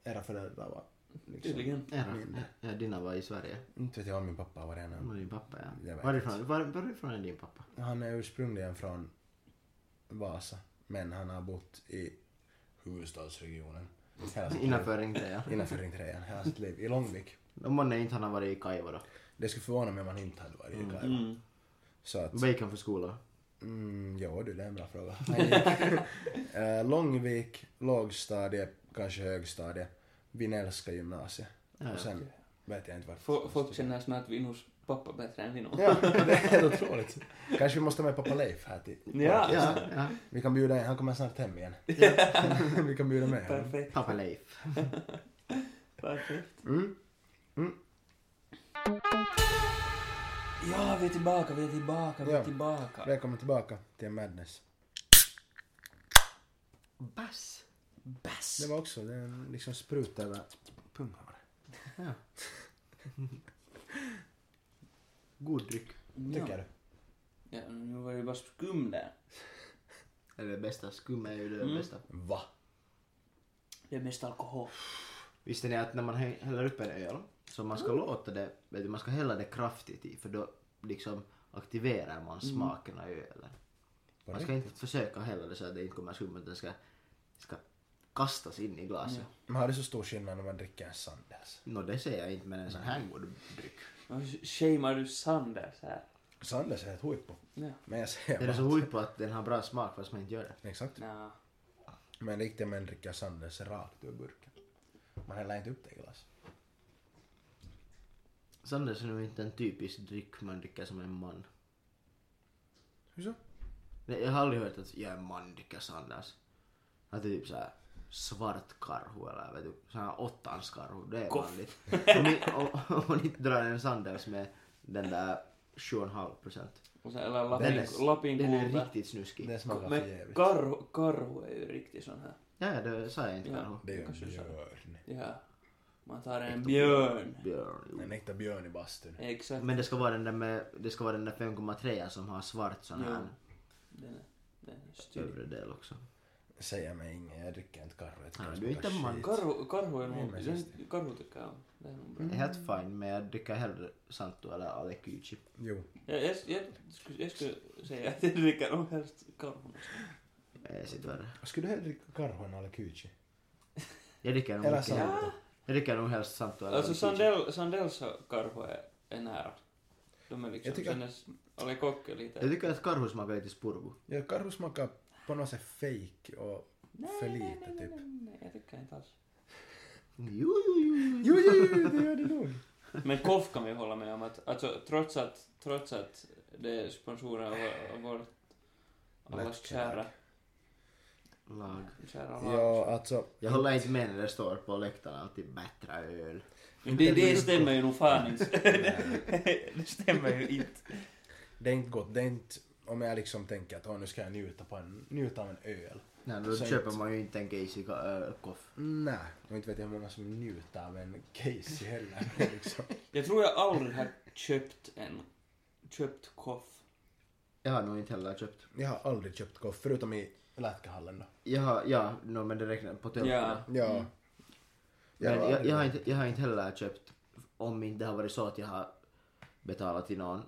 C: era föräldrar var... Liksom,
A: Tydligen.
B: Era,
C: Mindre.
B: ja, dina var i Sverige.
C: inte vet jag om min pappa har varit här nu.
B: Och din pappa ja.
C: Jag vet
B: Varifrån, var, varifrån är din pappa?
C: Han är ursprungligen från Vasa, men han har bott i huvudstadsregionen. hela sitt liv.
B: Innanför Ringtrean.
C: Innanför ringtrean, hela sitt liv. I Långvik.
B: Om man inte han har varit i Kaivo då.
C: Det skulle förvåna mig om han inte hade varit i Kaivo.
A: Mm.
C: Så att...
B: Vad gick han för skola?
C: Mm, ja du, det är en bra fråga. Han gick, eh, Långvik, lågstadie, kanske högstadie, Vinelska gymnasiet.
B: Ja,
C: och sen vet jag inte varför.
A: Fo- Folk känner snart Vinos pappa bättre än Vino.
C: Ja, det är helt otroligt. Kanske vi måste ha med pappa Leif här till.
A: Ja.
B: Ja, ja.
C: Vi kan bjuda in, han kommer snart hem igen. vi kan bjuda med honom.
A: Perfekt,
B: Pappa Leif.
A: perfekt.
C: Mm.
A: Ja, vi är tillbaka, vi är tillbaka, vi är
C: Ja.
A: tillbaka.
C: Välkommen tillbaka till Madness.
B: Bass.
C: Det var också, det är en liksom spruta över punghåret.
B: Ja. God dryck.
A: Ja.
C: Tycker du?
A: Ja, nu var det ju bara skum där.
B: Eller det bästa, skum är ju det
A: Mm.
B: bästa.
C: Va?
A: Det är mest alkohol.
B: Visste ni att när man hä- häller upp en öl så man ska låta det, vet du, man ska hälla det kraftigt i för då liksom aktiverar man smaken av ölen. Man ska inte försöka hälla det så att det inte kommer skum utan det ska, ska kastas in i glaset.
C: Men har det så stor skillnad om man dricker en Sanders?
B: Nå det säger jag inte men en sån här god dryck.
A: Nu shamear du Sanders här.
C: Sanders är ett huippo.
A: Ja.
C: Men jag säger
B: Det är
C: bara-
B: så huipo att den har bra smak fast man inte gör det.
C: Exakt.
A: Nja.
C: Men riktiga män dricker Sanders rakt ur burken. Man häller inte upp det i glas.
B: Sanders är nog inte en typisk dryck man dricker som en man.
C: Hur så?
B: Nej, Jag har aldrig hört att jag är en man dricker Sanders. Att det är typ såhär svart karhu eller vet du, sån här åttans karhu, det är
A: Koff.
B: vanligt. Om ni- Om om man inte drar en Sanders med den där 7,5 procent.
A: Och sen, eller
B: Den
A: Lapin,
B: är,
A: Lapin
B: den är
A: Kulta.
B: riktigt snuskig.
C: Det smakar för
A: Men
C: jävligt.
A: karho, karho är ju riktigt sån här.
B: Ja, ja, det sa jag inte
A: Ja.
B: karhu.
C: Det är ju en
A: Kanske så.
C: björn.
A: Ja. Man tar en björn.
B: Björn, jo.
C: En äkta björn i bastun.
A: Exakt.
B: Men det ska vara den där med, det ska vara den där 5,3 som har svart sån här
A: Den är, den är styr.
B: övre del också.
C: Säger mig inget, jag dricker inte karro.
B: Nej, du är inte en man.
A: Karho, karho är
C: Nej,
A: nog...
C: men
A: den- Karho tycker jag om. Det är nog bra.
B: Det är helt fine men jag dricker hellre Santo eller Alekychi.
C: Jo.
A: Jag, jag, jag, skulle, jag skulle säga att jag dricker nog helst karho.
B: Jag är sitt värre.
C: Skulle du hellre dricka karro än alakuchi?
B: Jag dricker nog
C: Eller
B: mycket hellre.
C: Santo?
B: Jag dricker nog helst Santo eller
A: Alltså
B: Alekychi.
A: Sandell, Sandells karho är, är nära. De är liksom...
C: Jag tycker-
A: Sen är s- Ole Kock är lite...
B: Jag tycker att karhu smakar lite spurgu.
C: Ja, karro smakar på något sätt fake och
A: Nej,
C: för
A: nej,
C: lite
A: nej,
C: typ.
A: nej, nej, jag tycker inte alls.
B: Jo, jo, jo.
C: Jo, jo, jo, det gör det nog.
A: Men KOF kan vi hålla med om att, alltså trots att, trots att det är sponsorer av, vår- av vårt, allas kära,
B: Lag.
A: kära lag.
C: Ja, alltså.
B: Jag håller inte med när det står på läktaren alltid bättre öl.
A: Men det, det stämmer ju nog fan inte. det stämmer ju inte.
C: Det är inte gott. Det är inte, om jag liksom tänker att "Åh, nu ska jag njuta, på en, njuta av en öl.
B: Nej, då
C: Säg
B: köper
C: inte.
B: man ju inte en Casey äh, koff.
C: Nej, och inte vet jag hur många som njuter av en Casey heller. Liksom.
A: Jag tror jag aldrig har köpt en, köpt KOF.
B: Jag har nog inte heller köpt.
C: Jag har aldrig köpt kaffe förutom i Lätkähallen då.
B: Ja, ja, no, men det räknar på tölkarna.
A: Ja.
C: Ja.
B: Mm. Men
C: var
B: jag,
C: aldrig
B: jag, har
C: där.
B: inte, jag har inte heller köpt, om inte det har varit så att jag har betalat till någon,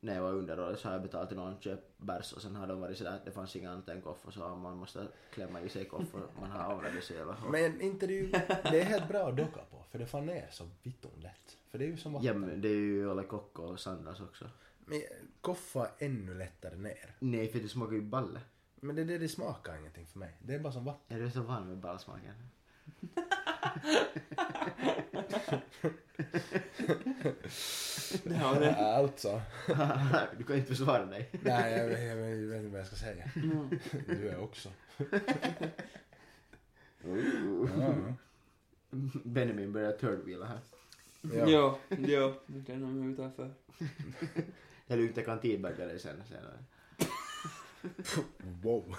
B: när jag var underårig så har jag betalat till någon, köpt bärs och sen har de varit sådär att det fanns inget annat än koff och så har man måste klämma i sig koff och man har avlat det så jävla hårt.
C: Men inte det är ju, det är helt bra att docka på för det får ner så vitton lätt. För det är ju som vatten.
B: Ja, men det är ju Olle Kokko och Sandras också.
C: Men koffa är ännu lättare ner.
B: Nej, för det smakar ju balle.
C: Men det, det, det smakar ingenting för mig. Det är bara som vatten.
B: Är du så van med ballsmaken?
A: Det var det.
C: Alltså.
B: du kan inte försvara dig.
C: Nej, jag, vet- jag, vet- jag vet inte vad jag ska säga.
A: Mm.
C: Du är också. Ja.
B: Benjamin börjar third-wheela här.
C: Ja.
A: Jo, jo. Det kan jag nog utanför.
B: Det är lugnt, jag kan tidbagga dig sen, senare.
C: Wow.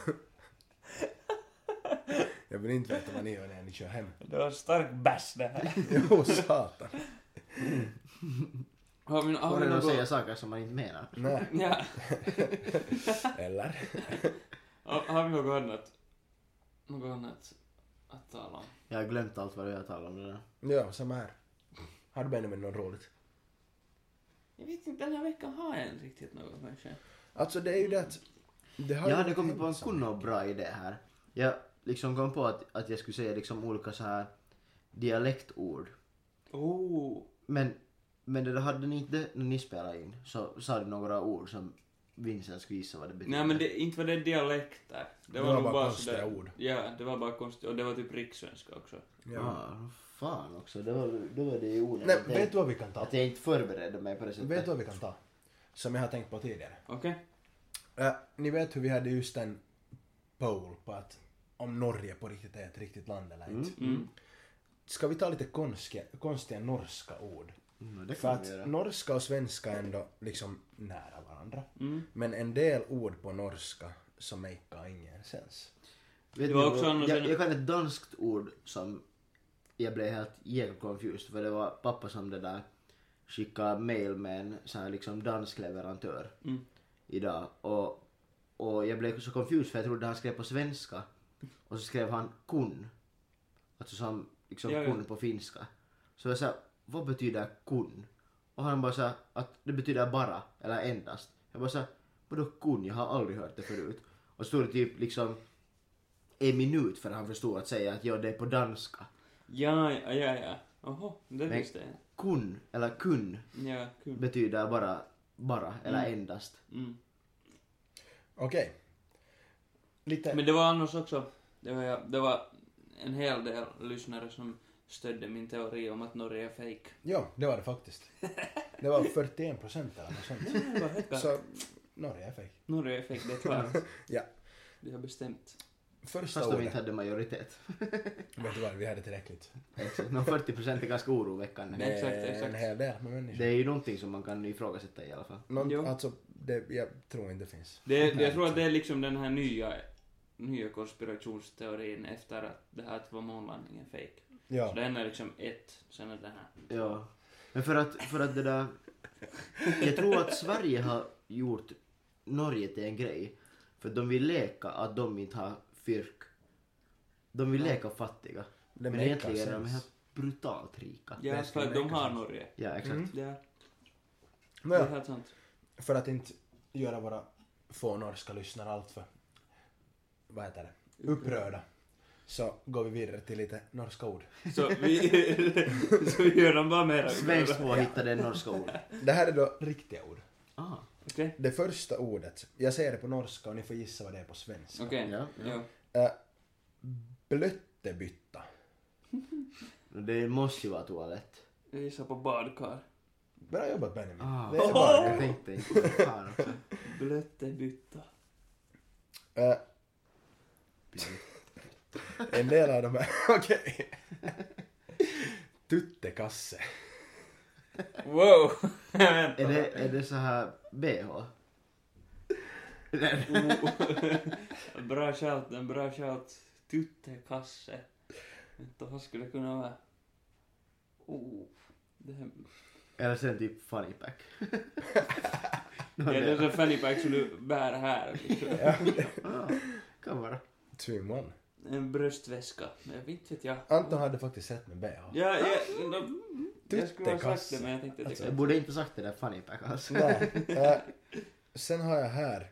C: Jag vill inte veta vad ni gör när ni kör hem.
A: Det var en stark bärs det här.
C: Jo, satan.
A: Har vi, nå- har
B: Får
A: vi
B: du säga
A: något...
B: saker som man inte menar?
C: Nej.
A: Ja.
C: Eller?
A: Har har vi något annat? Något annat att tala om?
B: Jag har glömt allt vad jag talade om det där.
C: Ja, samma här. Har du Benjamin något roligt?
A: Jag vet inte, den här veckan har jag inte riktigt något kanske.
C: Alltså det är ju det att... Det har
B: Jag
C: ju
B: hade kommit på en
C: hänt
B: kunna bra idé här. Jag liksom kom på att, att jag skulle säga liksom olika så här dialektord.
A: Oh!
B: Men, men det där hade ni inte när ni spelade in. Så sa du några ord som Vincent skulle gissa vad det betyder.
A: Nej men det, inte var det dialekter. Det var, nog bara,
C: konstiga
A: sådär.
C: ord.
A: Ja, det var bara konstigt. Och det var typ rikssvenska också.
C: samma.
B: Ja,
C: Ja.
B: ah, fan också. Det var, det var det ju ordet.
C: Nej,
B: att, jag,
C: vet du vad vi kan ta?
B: att jag inte förberedde mig på det sättet.
C: Vet du vad vi kan ta? Som jag har tänkt på tidigare.
A: Okej?
C: Äh, ni vet hur vi hade just en poll på att om Norge på riktigt är ett riktigt land eller inte.
A: Mm.
C: Ska vi ta lite konstiga, konstiga norska ord?
B: Mm, det
C: För
B: kan vi
C: att
B: göra.
C: norska och svenska är ändå liksom nära varandra.
A: Mm.
C: Men en del ord på norska som makear ingen sens.
B: Vet
A: Det var
B: ni
A: också
B: vad-
A: annars
B: jag,
A: en-
B: jag kan ett danskt ord som jag blev helt jäkla confused för det var pappa som det där skickade mail med en sån här liksom dansk leverantör
A: Mm.
B: idag och, och jag blev så confused för jag trodde han skrev på svenska och så skrev han kun. Alltså som liksom
A: Ja, ja.
B: kun på finska. Så jag sa vad betyder kun? Och han bara sa att det betyder bara eller endast. Jag bara sa vadå kun? Jag har aldrig hört det förut. Och så stod det typ liksom en minut för han förstod att säga att ja, det är på danska.
A: Ja, ja, ja, ja. Oho, det
B: Men-
A: visste jag inte.
B: Kun, eller kun,
A: Ja, kul.
B: betyder bara bara eller endast.
A: Mm.
C: Okej. Lite...
A: Men det var annars också, det var, jag- det var en hel del lyssnare som stödde min teori om att Norge är fake.
C: Ja, det var det faktiskt. Det var 41 procent eller något sånt.
A: Det var helt galet.
C: Så Norge är fake.
A: Norge är fake, det är klart.
C: Ja.
A: Det har bestämt.
C: Första
B: Fast de
C: ordet.
B: inte hade majoritet.
C: Vet du vad, vi hade tillräckligt.
B: Exakt. Nå, 40 procent är ganska oroväckande.
A: Nej. Exakt, exakt.
C: en hel del med
B: Det
C: människor.
B: är ju någonting som man kan ifrågasätta i alla fall.
A: Jo.
C: Någon, alltså, det, jag tror inte det finns.
A: Det, det, jag tror att det är liksom den här nya, nya konspirationsteorin efter att det här att var månlandningen fake. Så
C: Ja.
A: den är liksom ett, sen är det här.
B: Ja. Men för att, för att det där... Jag tror att Sverige har gjort Norge till en grej. För de vill leka att de inte har fyrk. De vill leka fattiga.
C: Det
B: Men
C: makar
B: egentligen är de
C: sens.
B: helt brutalt rika.
A: Ja,
C: Det
A: för
C: skulle
A: att de
C: räcka
A: har
C: som-
A: Norge.
B: Ja, exakt.
C: Mm.
A: Ja, det är
C: Nåja,
A: helt sant.
C: för att inte göra våra få norska lyssnare alltför, vad heter det, upprörda. Så går vi vidare till lite norska ord.
A: Så vi, så vi gör dem bara mera
B: Svenskt påhittade norska ord.
C: Det här är då riktiga ord.
B: Ah,
A: Okej?
C: Det första ordet, jag säger det på norska och ni får gissa vad det är på svenska.
A: Okej.
B: Ja, ja.
A: Ja.
C: Äh, blöttebytta.
B: det måste ju vara toalett.
A: Jag gissar på badkar.
C: Bra jobbat Benjamin.
B: Ah,
C: Det är bara
B: jag
C: det.
B: tänkte inte på det här också.
A: Blöttebytta.
C: Äh, en del av dem är... Okej. Tuttekasse.
A: Wow!
B: Är det, är det så här bh? Nej,
A: bra shout, en bra shout. Tuttekasse. Vänta, vad skulle det kunna vara? Oh. Det här...
B: Eller sen typ funny pack.
A: Ja, det är en fanny pack som du bär här. Liksom.
B: Ah, Kan vara.
C: Swim one.
A: En bröstväska. Jag vet inte jag.
C: Anton hade faktiskt sett med bh.
A: Ja, jag, jag, jag skulle ha sagt
C: Tuttekass.
A: det men jag tänkte att jag
B: Alltså, Jag
A: kan-
B: borde inte sagt det där funny pack alltså.
C: Nej. eh, sen har jag här.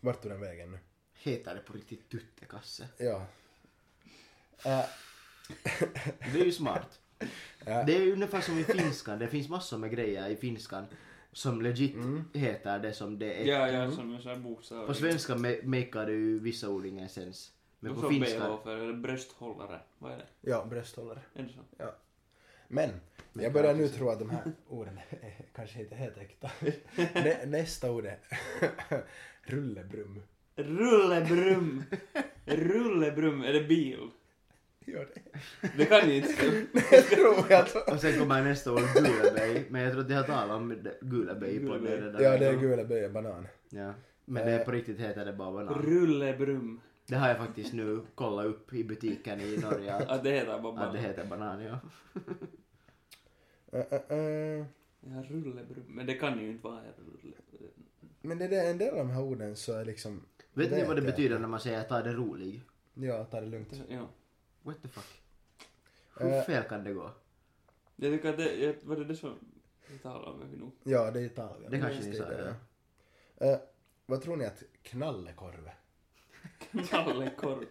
C: Vart tog den vägen nu?
B: Heter det på riktigt tuttekasse?
C: Ja. Eh,
B: Det är ju smart.
C: Ja.
B: Det är ju ungefär som i finskan, det finns massor med grejer i finskan som legit
C: Mm.
B: heter det som det är.
A: Ja, ja, som en sån här bokstav.
B: På svenska me- makear det ju vissa ord ingen sens. Men
A: Och
B: på
A: så
B: finska...
A: BH för eller brösthållare. Vad är det?
C: ja, brösthållare.
A: Är det så?
C: Men, jag börjar nu tro att de här orden är kanske inte helt äkta. Nä, nästa ord är rullebrum.
A: Rullebrum! Rullebrum, är det bil?
C: Gör det.
A: Det kan ju inte stämma.
C: tror jag. Tror.
B: Och sen kommer nästa år Gulebej, men jag tror att jag har talat om det- Gulebej på
A: Gulebej.
B: det redan.
C: Ja, det är Eh. gula böja banan.
B: Ja. Men det är på riktigt heter det bara banan.
A: Rullebrum.
B: Det har jag faktiskt nu kollat upp i butiken i Norge att,
A: Att det heter bara
B: att det
A: banan.
B: heter banan ja.
C: Eh, eh, eh.
A: Ja, rullebrum. Men det kan ju inte vara rulle.
C: Men det är en del av de här orden så är liksom...
B: Vet ni vad det
C: jag.
B: betyder när man säger ta det rolig?
C: Ja, ta det lugnt.
A: Ja.
B: What the fuck? Hur
C: Eh.
B: fel kan det gå?
A: Jag tycker att det, jag- var det det som vi talade om? Jag vet nog.
C: Ja, det är Italien.
B: Det kanske
C: Just
B: ni sa,
C: det, ja. Eh, vad tror ni att knallekorv är?
A: Knallekorv.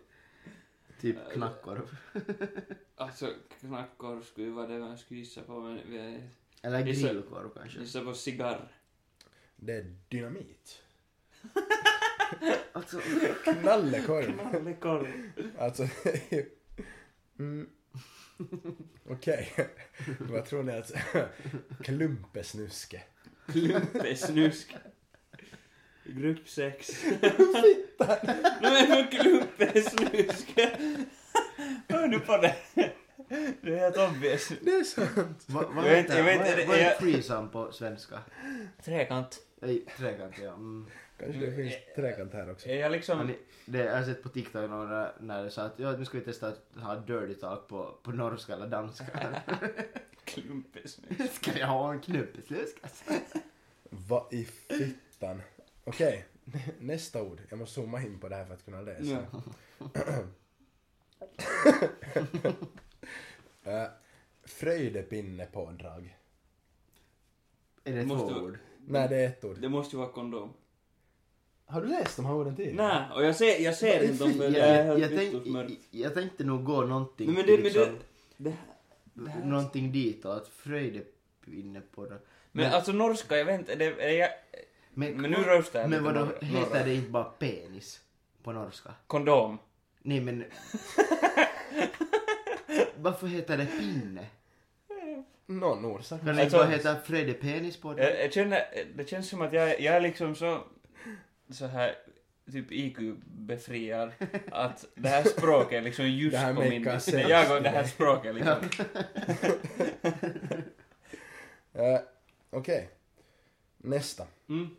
B: Typ knackkorv.
A: Alltså, knackkorv skulle ju vara det man skulle gissa på, men vi
B: Eller
A: Det är så-
B: grillkorv kanske.
A: gissar på cigarr.
C: Det är dynamit.
B: Alltså,
C: Knallekorv.
A: Knallekorv.
C: Alltså, det är ju- mm. Okej. Vad tror ni att klumpesnuske?
A: Klumpesnusk. Grupp sex. Nej men klumpesnusk. Hör du på det? Det är helt obvious.
C: Det är sant.
B: vad, vad
A: Jag vet-
B: heter
A: jag vet-
B: vad är-
A: det-
B: vad är
A: jag-
B: threesome på svenska?
A: Trekant.
B: Nej, trekant ja. Mm.
C: Kanske det finns trekant här också.
A: Är jag
B: Har
A: liksom...
B: ni- Det, jag har sett på TikTok några när det sa att ja, nu ska vi testa att ha dirty talk på, på norska eller danska.
A: Klumpesnusk.
B: ska jag ha en knuppeslusk alltså?
C: Vad i fittan? Okej, nästa ord. Jag måste zooma in på det här för att kunna läsa.
A: Ja.
C: Eh, Fröjdepinne-pådrag.
B: Är det
A: Måste
B: två
A: vara-
B: ord?
C: Nej, det är ett ord.
A: Det måste ju vara kondom.
C: Har du läst de här orden tidigare?
A: Nej, och jag ser, jag ser inte om det
B: Jag,
A: det är
B: jag, jag,
A: helt
B: tänk,
A: ytterst mörkt.
B: jag tänkte nog gå någonting,
A: Nej, men det- men
B: liksom,
A: det- Det här- det här-
B: någonting ditåt, fröjdepinne på det.
A: Men alltså norska, jag vet inte, det, är jag... Men nu röstar jag
B: Men
A: lite
B: vadå,
A: norra- norra.
B: heter det inte bara penis på norska?
A: Kondom.
B: Nej men... Varför heter det pinne?
C: Någon orsak.
B: Kan det inte
A: Alltså-
B: bara heta Fredde penis på det?
A: Eh, Jag, jag känner, det känns som att jag, jag är liksom så, så här typ IQ-befriad att det här språket är liksom just
C: Det här
A: på min...
C: makar sense.
A: Jag och det här språket liksom.
C: Eh, Okej. Nästa.
A: Mm.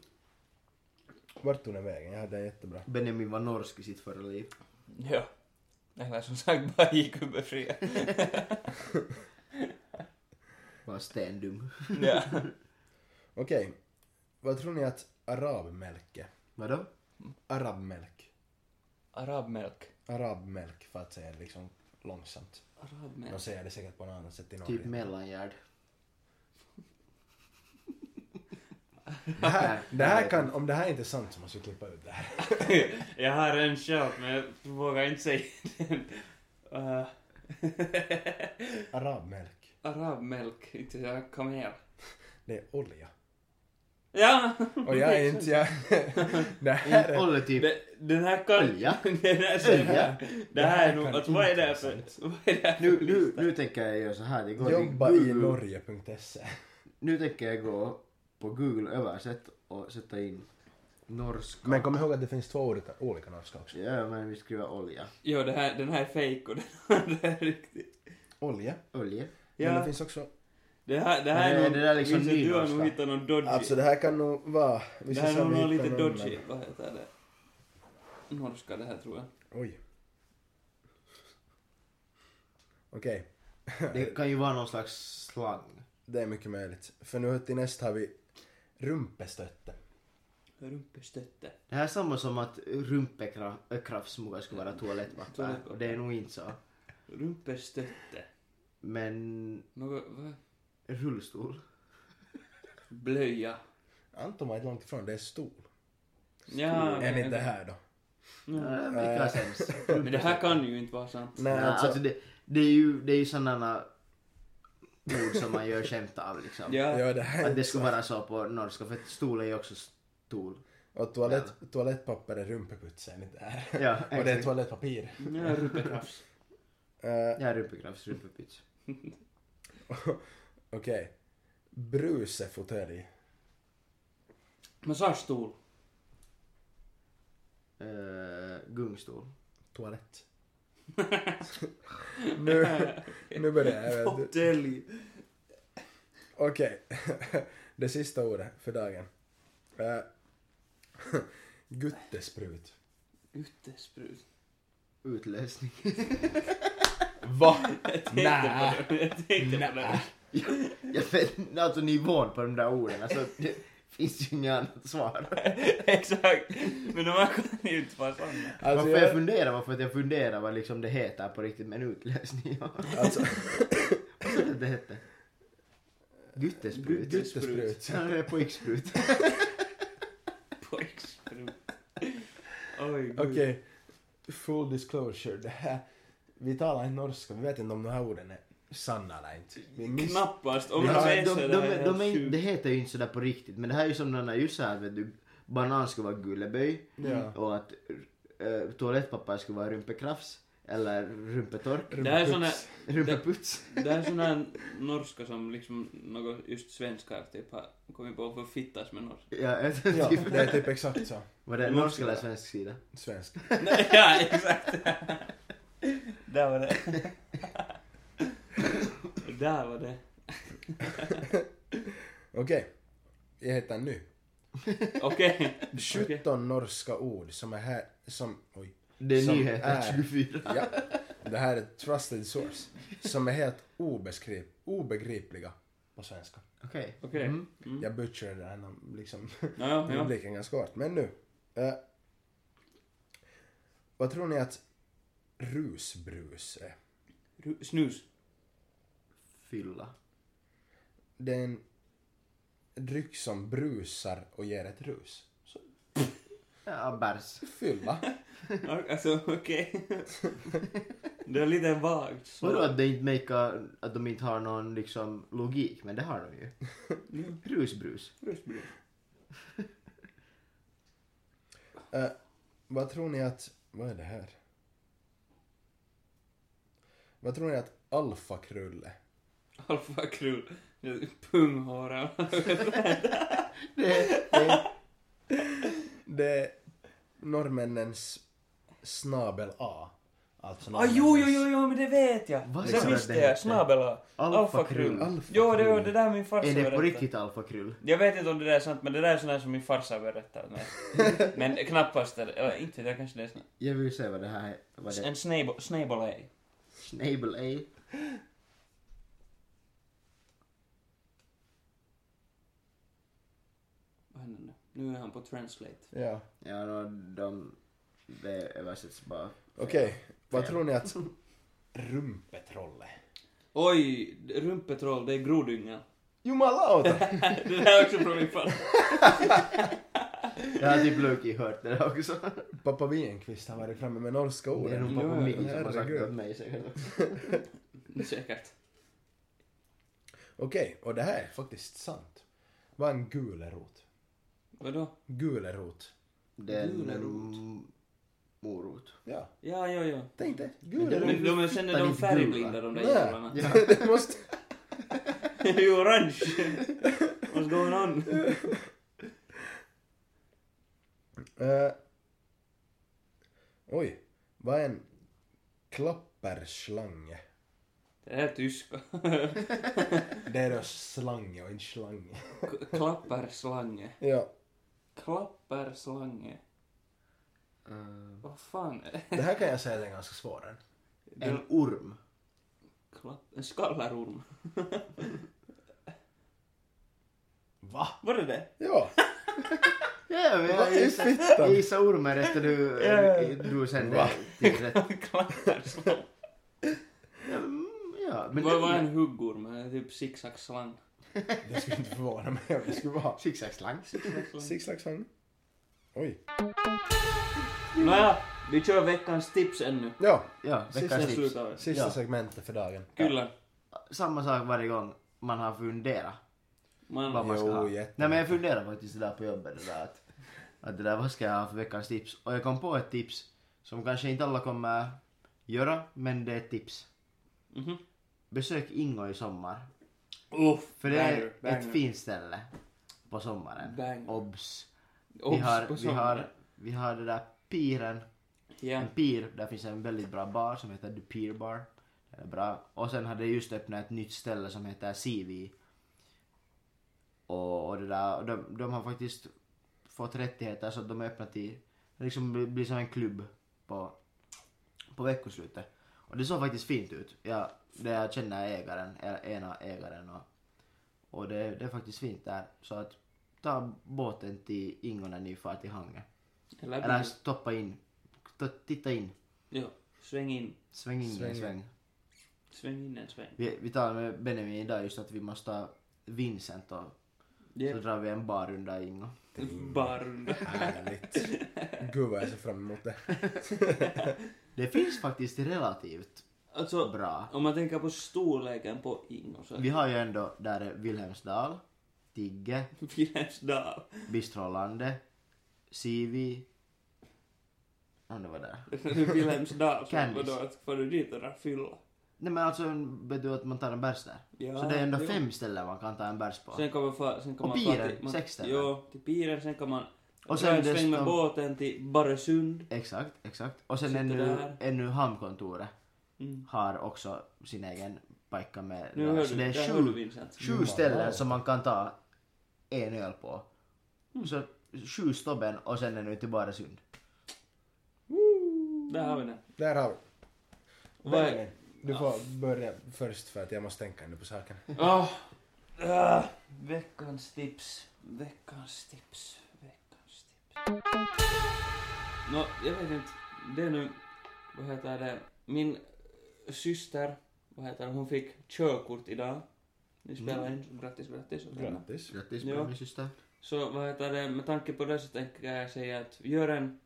C: Vart tog den vägen? Jag hade en jättebra.
B: Benjamin var norsk i sitt förra liv.
A: Ja. Eller som sagt bara IQ-befriad.
B: Var stendum.
A: Ja.
C: Okej. Vad tror ni att arabmälke?
B: Vadå?
C: Arabmälk.
A: Arabmjölk.
C: Arabmälk för att säga det liksom långsamt. De
A: Arabmjölk.
C: säger det säkert på något annat sätt i Norge.
B: Typ mellangärd.
C: det, här, det här kan, om det här inte är sant så måste vi klippa ut det här.
A: jag har en själv men jag vågar inte säga den. Uh,
C: Arabmälk.
A: Arabmjölk. Inte jag kom här.
C: Det är olja.
A: Ja!
C: Och jag är inte, jag... det här
B: Inte
C: är...
B: Olle typ.
A: Den, den här kan...
B: Olja.
A: den här ser
B: Olja.
A: Det här är nog...
C: kan
A: Alltså vad är det här
C: inte
A: för...
C: vara
A: Vad är det här för
B: Nu, nu,
A: lista?
B: nu tänker jag göra så här. Det går
C: Jobba
B: till
C: i
B: Google.
C: norge.se.
B: Nu tänker jag gå på Google översätt och sätta in norska.
C: Men kom ihåg att det finns två ord- olika norska också.
B: Ja men vi skriver olja.
A: Jo, det här, den här är fejk och den andra är riktig.
C: Olja.
B: Olja.
A: Ja,
C: Men det finns också...
A: det här, det
B: Men
A: här
B: det-
A: är nog...
B: det där är liksom
A: Vincent, du har nog
B: nynorska.
A: hittat någon dodgy.
C: Alltså det här kan nog vara... Vi
A: det
C: ska
A: här är
C: se om
A: nog
C: vi
A: någon
C: hittar
A: lite
C: någon,
A: dodgy.
C: men-
A: Vad heter det? Norska det här tror jag.
C: Oj. Okej,
B: Det kan ju vara någon slags slang.
C: det är mycket möjligt. För nu till näst har vi rumpestötte.
A: Rumpestötte.
B: Det här är samma som att rumpekrafsmuggar skulle vara toalettpapper.
A: Toalettpapper.
B: Och det är nog inte så.
A: Rumpestötte.
B: Men
A: Något, vad?
B: rullstol.
A: Blöja.
C: Anton var inte långt ifrån, det är stol.
A: Ja, okej,
C: Enligt det
A: okej.
C: här då. Mm.
A: Ja.
B: Äh, Vilka har sens?
A: Men det här kan ju inte vara sant.
C: Nej,
B: Nej,
C: alltså,
B: alltså det, det är ju, det är ju sådana ord som man gör skämt av liksom.
A: Ja,
C: ja, det här
B: Att det skulle vara så på norska för att stol är ju också stol.
C: Och toalett, toalettpapper är rumpeputs enligt det här.
B: Ja,
C: Och det är
B: exakt.
C: toalettpapir.
A: ja rumpekrafs.
C: Eh,
B: Ja, rumpekrafs, rumpepyts.
C: Okej. Brusefåtölj.
A: Massagestol.
B: Uh, gungstol.
C: Toalett. nu, nu börjar jag. vet du.
A: Fåtölj.
C: Okej. det sista ordet för dagen. Eh, guttesprut.
A: Utesprut.
B: Utlösning.
C: Va?
A: Jag tänkte
C: Nä.
A: på det. Jag tänkte på
C: Nä.
A: det.
B: Jag vet alltså nivån på de där orden, alltså det finns ju inget annat
C: Alltså,
B: svar.
A: Exakt. Men de här kan ju inte vara sanna.
C: Alltså,
B: varför jag
C: jag,
B: funderar var för att jag funderar vad liksom det heter på riktigt, men utlösning, ja.
C: alltså,
B: Vad sa du att det hette? Guttesprut?
C: guttesprut.
B: Ja, det är pojksprut.
A: Pojksprut. Oj, gud.
C: Okej. Full disclosure. Det här, vi talar inte norska. Vi vet inte om de här orden är sanna eller inte. Vi miss-
A: Knappast. Om
C: Ja,
A: man
B: Alltså,
A: säger
B: de,
A: så
B: de,
A: där är
B: de, de,
A: helt
B: är-
A: sjukt.
B: det heter ju inte sådär på riktigt men det här är ju som den där just såhär vet du, banan skulle vara gulleböj
C: Ja.
B: och att äh, toalettpapper skulle vara rumpekrafs eller rumpetork,
A: Det här är sån här,
C: Rumpeputs.
B: rumpeputs.
A: det här är sån här norska som liksom något just svenskar typ har kommit på för fittas med norska.
B: Ja, jag tror
C: Ja,
B: typ.
C: det är typ exakt så.
B: Var det
A: Norska.
B: norsk eller svensk sida?
C: Svensk.
A: Nej, ja, exakt. Där var det. Där var det.
C: Okej. Jag hittar nu.
A: Okej.
C: 17 norska ord som är här, som, oj,
B: Det är
C: Som
B: nyheter
C: är.
B: 24.
C: ja. Det här är trusted source. Som är helt obeskriv, obegripliga på svenska.
B: Okej.
A: Okej.
B: Mm.
A: Mm.
C: Jag butcherade den här liksom,
A: Ja, ja.
C: rubriken ganska hårt. Men nu. Eh, vad tror ni att rusbrus är?
A: Ru- Snus.
B: Fylla.
C: Det är en dryck som brusar och ger ett rus. Så
B: Ja, ah, bärs.
C: fylla.
A: Alltså, okej. Det är lite vagt. så.
B: Vadå att det inte makar, att de inte har någon liksom logik, men det har de ju.
A: Mm.
B: Rusbrus.
A: Rusbrus.
C: Eh, vad tror ni att... Vad är det här? Vad tror ni att alfakrulle?
A: Alfakrull. Punghåra.
B: Det är
C: Det är norrmännens snabel A. Alltså
A: Ah, jo, jo, jo, jo, men det vet jag.
B: Vad
A: det
B: sa du
A: visste
B: att det
A: jag.
B: hette?
A: Snabel-A. Alfakrull.
B: alfakrull.
C: Alfakrull.
A: Jo, det var det där min farsa
B: Är det på
A: berättade.
B: riktigt alfakrull?
A: Jag vet inte om det där är sant, men det där är sånt här som min farsa berättade mig. men knappast är det. Eller inte, det kanske det är sånt.
B: Jag vill se vad det här vad det
A: En snabel- snabel-A.
B: Snabel A.
A: Vad händer nu? Nu är han på translate.
C: Ja.
B: Ja, no, de... Det översätts bara.
C: Okej, vad
B: Fel.
C: tror ni att rumpetrolle?
A: Oj, rumpetroll, det är grodyngan.
C: Jumalauta!
A: det där är också från min farsa.
B: Jag har typ Loki hört det där också.
C: Pappa Wienqvist har varit framme med norska
B: Det är nog
C: orden.
B: pappa
A: Ja,
B: Mikko som har sagt
C: herregud.
B: det åt mig säkert också.
A: Säkert.
C: Okej, och det här är faktiskt sant. Vad är en gulerot?
A: Vadå?
C: Gulerot.
B: Det är en
A: Gulerot.
B: m- morot.
C: Ja,
A: Ja, ja, ja.
C: tänk dig.
B: Men
C: Gulerot.
A: Men de, är- sen är de
B: Fittar inte
A: färgblinda de där
C: Nej.
A: jävlarna.
B: Ja.
C: det måste...
A: Det är ju orange. What's going on?
C: Eh, oj, vad är en klapperslange?
A: Det här är tyska.
C: Det är då slange och inte slange.
A: K- Klapparslange.
C: ja,
A: Klapparslange.
B: Eh,
A: Vad fan är
C: det här kan jag säga är ganska svårare.
B: en
A: det?
B: orm.
A: Klapp... En skallarorm.
C: Va?
A: Var det det?
C: Ja.
B: Ja, men
C: Vad
B: jag
C: är
B: gissar-
C: fittan?
B: jag gissar ormen efter du,
A: Ja, ja, ja.
B: du sände
C: Va?
B: till rätt.
A: Klatterslang.
B: Ja, mm, Ja, men
A: Vad var en huggorm? Det är Typ zigzag-slang.
C: Det skulle inte förvåna mig om det skulle vara.
B: Zigzag-slang.
C: Six Flags Hang. Oj.
A: Nåja, vi kör veckans tips ännu.
C: Ja,
B: Ja,
A: Sen
B: veckans tips.
A: slutar vi.
C: sista
B: Ja.
C: segmentet för dagen.
A: Kyllä.
B: Samma sak varje gång man har funderat vad
A: Man,
B: man ska
C: Jo,
B: ha.
C: jätte-
B: Nej men jag funderar faktiskt det där på jobbet. Det där, att, att det där, vad ska jag ha för veckans tips? Och jag kom på ett tips som kanske inte alla kommer göra, men det är ett tips.
A: Mhm.
B: Besök Ingo i sommar.
A: Uff,
B: För det är
A: banger,
B: ett
A: banger.
B: fint ställe på sommaren.
A: Banger.
B: Obs! Vi
A: Obs
B: har,
A: på
B: vi, har,
A: sommaren.
B: vi har det där piren,
A: Ja.
B: en pir, där finns en väldigt bra bar som heter The Pier Bar. Den är bra. Och sen har det just öppnat ett nytt ställe som heter CV. Och, och det där, och de, de har faktiskt fått rättigheter så att de är öppna till, det liksom blir, blir som en klubb på, på veckoslutet. Och det såg faktiskt fint ut. Jag, det jag känner ägaren, ä- ena ägaren och, och det, det är faktiskt fint där. Så att ta båten till Ingo när ni far till Hange.
A: Eller,
B: Eller stoppa in. T- Titta in.
A: Jo, sväng in.
B: Sväng in
C: Sväng
B: sväng.
C: in.
B: sväng.
A: Sväng in en sväng.
B: Vi, vi talade med Benjamin idag just att vi måste ha Vincent och så
A: Yeah.
B: drar vi en barrunda i Ingo.
A: Barn.
C: Härligt. Gud vad jag ser fram emot det.
B: Det finns faktiskt relativt
A: Alltså,
B: bra.
A: om man tänker på storleken på Ingo så...
B: Vi har ju ändå där är Wilhelmsdal, Tigge,
A: Vilhelmsdal.
B: Bistrolande, Sivi. Om det var där.
A: Vilhelmsdal. så
B: Kändis.
A: Vadå, att får du dit och dra fylla?
B: Nej men alltså vet du att man tar en bärs där.
A: Ja,
B: så det är ändå
A: jo.
B: fem ställen man kan ta en bärs på.
A: Sen kan man fa, sen kan
B: Och
A: man fa
B: piren,
A: till- man,
B: sex ställen.
A: Jo, till piren, sen kan man
B: Och
A: och
B: sen
A: sen dra en sväng med
B: dessutom-
A: båten till Barösund.
B: Exakt, exakt. Och sen
A: Sitter
B: ännu,
A: där.
B: ännu hamnkontoret
A: Mm.
B: har också sin egen pajka med.
A: Nu hör
B: så
A: du,
B: det är
A: där hör du
B: sju,
A: Vincent.
B: sju ställen som man kan ta en öl på. Så sju stobben och sen är det till Baresund.
A: Där har vi den.
C: Där har vi.
A: Vad är-
C: Benjamin, Du får börja först för att jag måste tänka nu på saken.
A: Ah. Ah. Veckans tips, veckans tips, veckans tips. Nå, jag vet inte. Det är nu, vad heter det, min syster, vad heter det, hon fick körkort idag. Ni spelar in, grattis, grattis. åt henne.
C: Grattis.
B: Grattis
A: Ja.
B: min syster.
A: Så vad heter det, med tanke på det så tänker jag säga att gör en,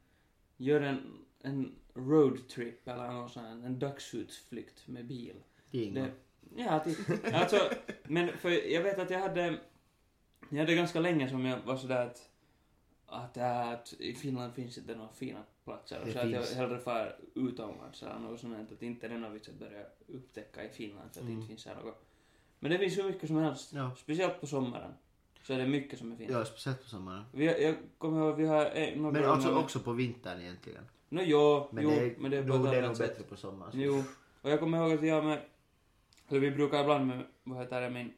A: gör en, en roadtrip eller någon sån här, en dagsutflykt med bil.
B: Till Ingo.
A: Det, ja, typ. Alltså, men för jag vet att jag hade... Jag hade ganska länge som jag var sådär att... Att, äh, att i Finland finns inte några fina platser.
B: Det
A: så att jag
B: finns.
A: hellre far utomlands eller något sånt. Att inte det är någon vits att börja upptäcka i Finland för att det
B: Mm.
A: inte finns här något. Men det finns hur mycket som helst.
B: Ja.
A: Speciellt på sommaren. Så är det mycket som är fint.
B: ja, speciellt på sommaren.
A: Vi, har- jag kommer ihåg, vi har... Eh, några
B: Men alltså
A: gånger-
B: också på vintern egentligen.
A: Nå jo,
B: Men
A: jo,
B: det är,
A: men det är på
B: nog,
A: ett
B: det är
A: annat
B: nog
A: sätt.
B: bättre på sommaren.
A: Jo, och jag kommer ihåg att jag med, eller vi brukar ibland med, vad heter det, min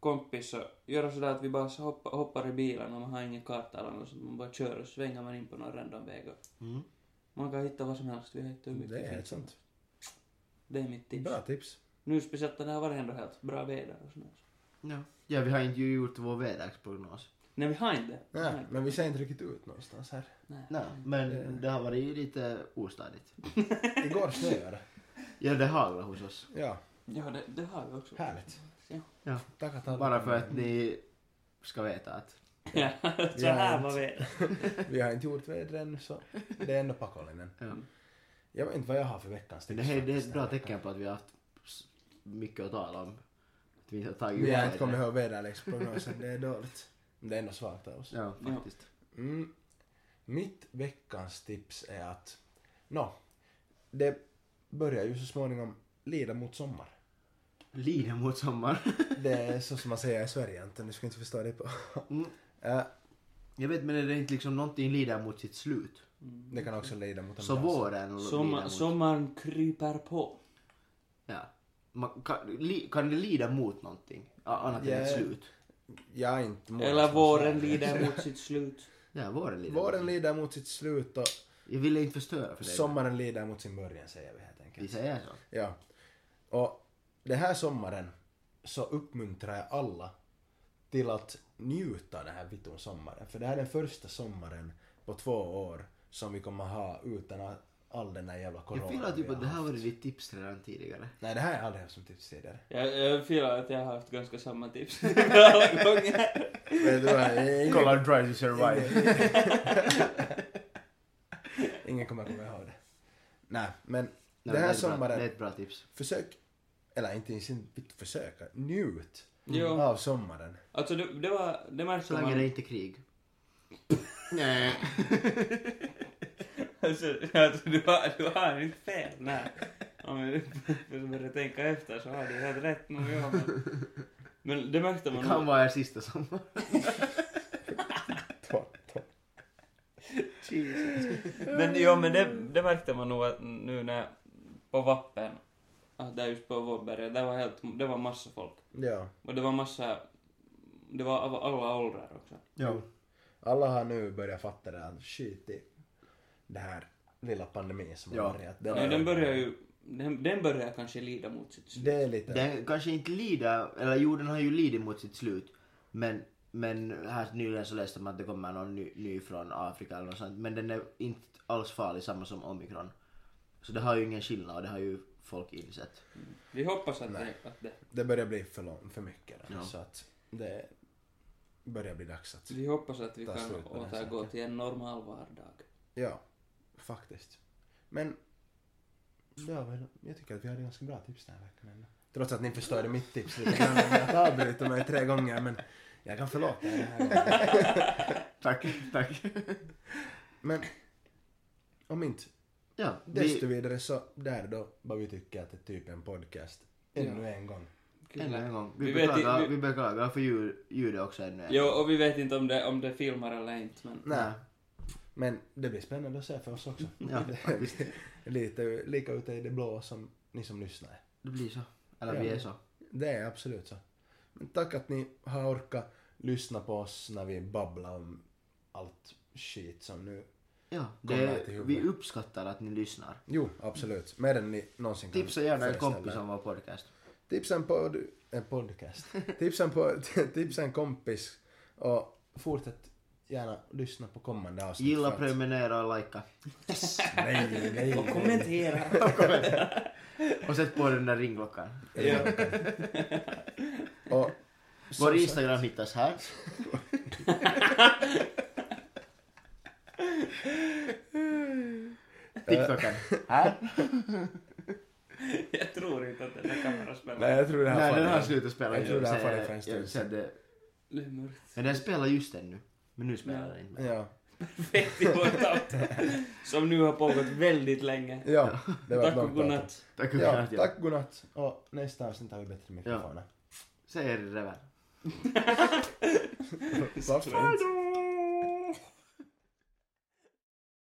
A: kompis så göra sådär att vi bara så hoppa, hoppar i bilen och man har ingen karta eller något sånt, man bara kör och svänger man in på någon random väg och
B: Mm.
A: man kan hitta vad som helst, vi har hittat hur mycket
C: Det är
A: fint
C: ett
A: som
C: sånt.
A: helst. Det är mitt tips.
C: Bra tips.
A: Nu speciellt när det har varit ändå helt bra väder och sånt.
B: Ja. ja, vi har inte ju gjort vår väderprognos.
A: Nej, vi har inte. Vi har
C: Nej,
A: inte.
C: men vi ser inte riktigt ut någonstans här.
A: Nej.
B: Nej, men det har varit lite ostadigt.
C: Igår snöade det.
B: Ja, det haglar hos oss.
C: Ja,
A: Ja, det, det har vi också.
C: härligt.
A: Ja.
B: Ja.
C: Tack att alla-
B: Bara för att ni ska veta att
A: Ja, så här var vädret.
C: Vi har inte gjort väder än så det är ändå Pakolinen.
B: Ja.
C: Jag vet inte vad jag har för veckans tips.
B: Det, här, det är
C: faktiskt,
B: ett
C: den
B: bra
C: här veckan.
B: tecken på att vi har haft s- mycket att tala om. Att vi inte har tagit
C: Vi har
B: upp
C: inte
B: det.
C: kommit ihåg väderleksprognosen, det är dåligt. Men det är ändå svagt av oss.
B: Ja, faktiskt.
C: Mm. Mitt veckans tips är att, nå, det börjar ju så småningom lida mot sommar.
B: Lider mot sommar.
C: Det är så som man säger i Sverige Anton, du skulle inte förstå det på.
B: Mm.
C: Eh,
B: Jag vet men är det inte liksom någonting lider mot sitt slut?
C: det kan också lida mot en
B: Så
C: dans.
B: våren och lider
A: Sommar,
B: mot...
A: sommaren kryper på.
B: Ja. Man, kan, li, kan det lida mot någonting? A- Annat än
C: Ja.
B: ett slut?
C: Jag är inte mån
A: Eller
C: som
A: våren
C: Sverige.
A: lider mot sitt slut.
B: Ja, våren lider
C: Våren
B: mot.
C: lider mot sitt slut och
B: Jag ville inte förstöra för dig.
C: sommaren lider mot sin början säger vi helt
B: Vi
C: enkelt.
B: säger så.
C: Ja. Och den här sommaren så uppmuntrar jag alla till att njuta av den här vitton sommaren. För det här är den första sommaren på två år som vi kommer ha utan att- all den där jävla corona
B: Jag filar typ
C: vi
B: att
C: har
B: det här
C: haft.
B: var ditt tips redan tidigare.
C: Nej, det här har jag aldrig haft som tips tidigare.
A: Jag, jag filar att jag har haft ganska samma tips alla gånger.
C: Vet du vad? Ingen-
B: Kolla Drive to Survive.
C: Ingen kommer komma ihåg det. Nej, men
B: Nej,
C: den här
B: är ett bra-
C: sommaren,
B: Det är ett bra tips.
C: försök, eller inte ens inte försöka, njut
A: Jo,
C: av sommaren.
A: alltså det, det var, det märkte
B: Så länge det
A: man.
B: inte är krig. Nej.
A: Alltså, alltså du, har, du har inte fel, nej. Om du börjar tänka efter så har du helt rätt nog, ja, men, men det märkte
B: Det
A: man
B: kan
A: nog.
B: vara er sista sommar.
A: Men, jo, men det, det märkte man nog att nu när, på vappen, att Ah, där just på Vårberga, där var helt, det var massa folk.
C: Ja.
A: Och det var massa, det var av alla åldrar också.
B: Ja.
C: Alla har nu börjat fatta det här, shit i det här lilla pandemin som
B: Ja.
C: har börjat.
A: Ja, den börjar ju, den, den börjar kanske lida mot sitt slut.
C: Det är lite...
B: Den kanske inte lider, eller jo den har ju lidit mot sitt slut. Men, men här nyligen så läste man att det kommer någon ny, ny från Afrika eller något sånt. Men den är inte alls farlig, samma som omikron. Så det har ju ingen skillnad och det har ju folk insett.
A: Vi hoppas att det, att det,
C: Det börjar bli för, lång, för mycket då,
B: Ja.
C: så att det börjar bli dags att...
A: vi hoppas att vi
C: Ta
A: kan
C: slut på den
A: återgå
C: saken.
A: till en normal vardag.
C: Ja, faktiskt. Men... Ja, väl, jag tycker att vi hade ganska bra tips den här veckan ändå. Trots att ni förstörde mitt tips lite grann med att avbryta mig tre gånger men jag kan förlåta er den här gången.
B: Tack, tack.
C: Men om inte
B: Ja,
C: desto
B: vi,
C: vidare så där då vad vi tycker att det är typ en podcast ännu en gång.
B: ännu en gång. Vi,
A: Vi vet
B: beklagar,
A: i- vi-
B: vi beklagar för ljud- ljudet också ännu en
A: Jo,
B: gång.
A: och vi vet inte om det, om det filmar eller inte, men
C: Nej, men det blir spännande att se för oss också.
B: Ja, faktiskt.
C: Lite lika ute i det blå som ni som lyssnar.
B: Det blir så. Eller vi
C: Ja.
B: är så.
C: Det är absolut så. Men tack att ni har orkat lyssna på oss när vi babblar om allt skit som nu...
B: Ja,
C: Kommer
B: det,
C: jag till
B: vi
C: huvudet.
B: uppskattar att ni lyssnar.
C: Jo, absolut. Mer än ni någonsin kan
B: Tipsa gärna en
C: föreställa
B: kompis
C: er.
B: om vår podcast.
C: Tipsa en pod... En podcast. tipsa, en pod... tipsa en kompis och fortsätt gärna lyssna på kommande avsnitt.
B: Gilla,
C: för att-
B: prenumerera och likea.
C: Nej, nej, nej.
A: Och kommentera!
B: Och sätt på den där ringklockan.
A: Ja.
C: Och...
B: Vår
C: som sagt-
B: Instagram hittas här. TikToken. Här?
A: Jag tror inte att den här kameran spelar.
C: Nej, jag tror det här
B: Nej,
C: faller.
B: den har slutat spela.
C: Jag tror det här
B: Så jag-
C: faller för en
B: jag
C: stund
B: ser
C: sedan.
B: det-
A: Det är mörkt.
B: Men den spelar just ännu. Men nu spelar den inte. mer.
C: Ja.
A: Perfekt i vår dator. Som nu har pågått väldigt länge.
C: Ja, det
A: Tack och
C: var ett långt datum.
A: godnatt.
B: Tack och
C: Ja,
B: godnatt. ja.
C: tack godnatt. Och nästa avsnitt har vi bättre mikrofoner.
B: Säger det där.
C: Varför inte?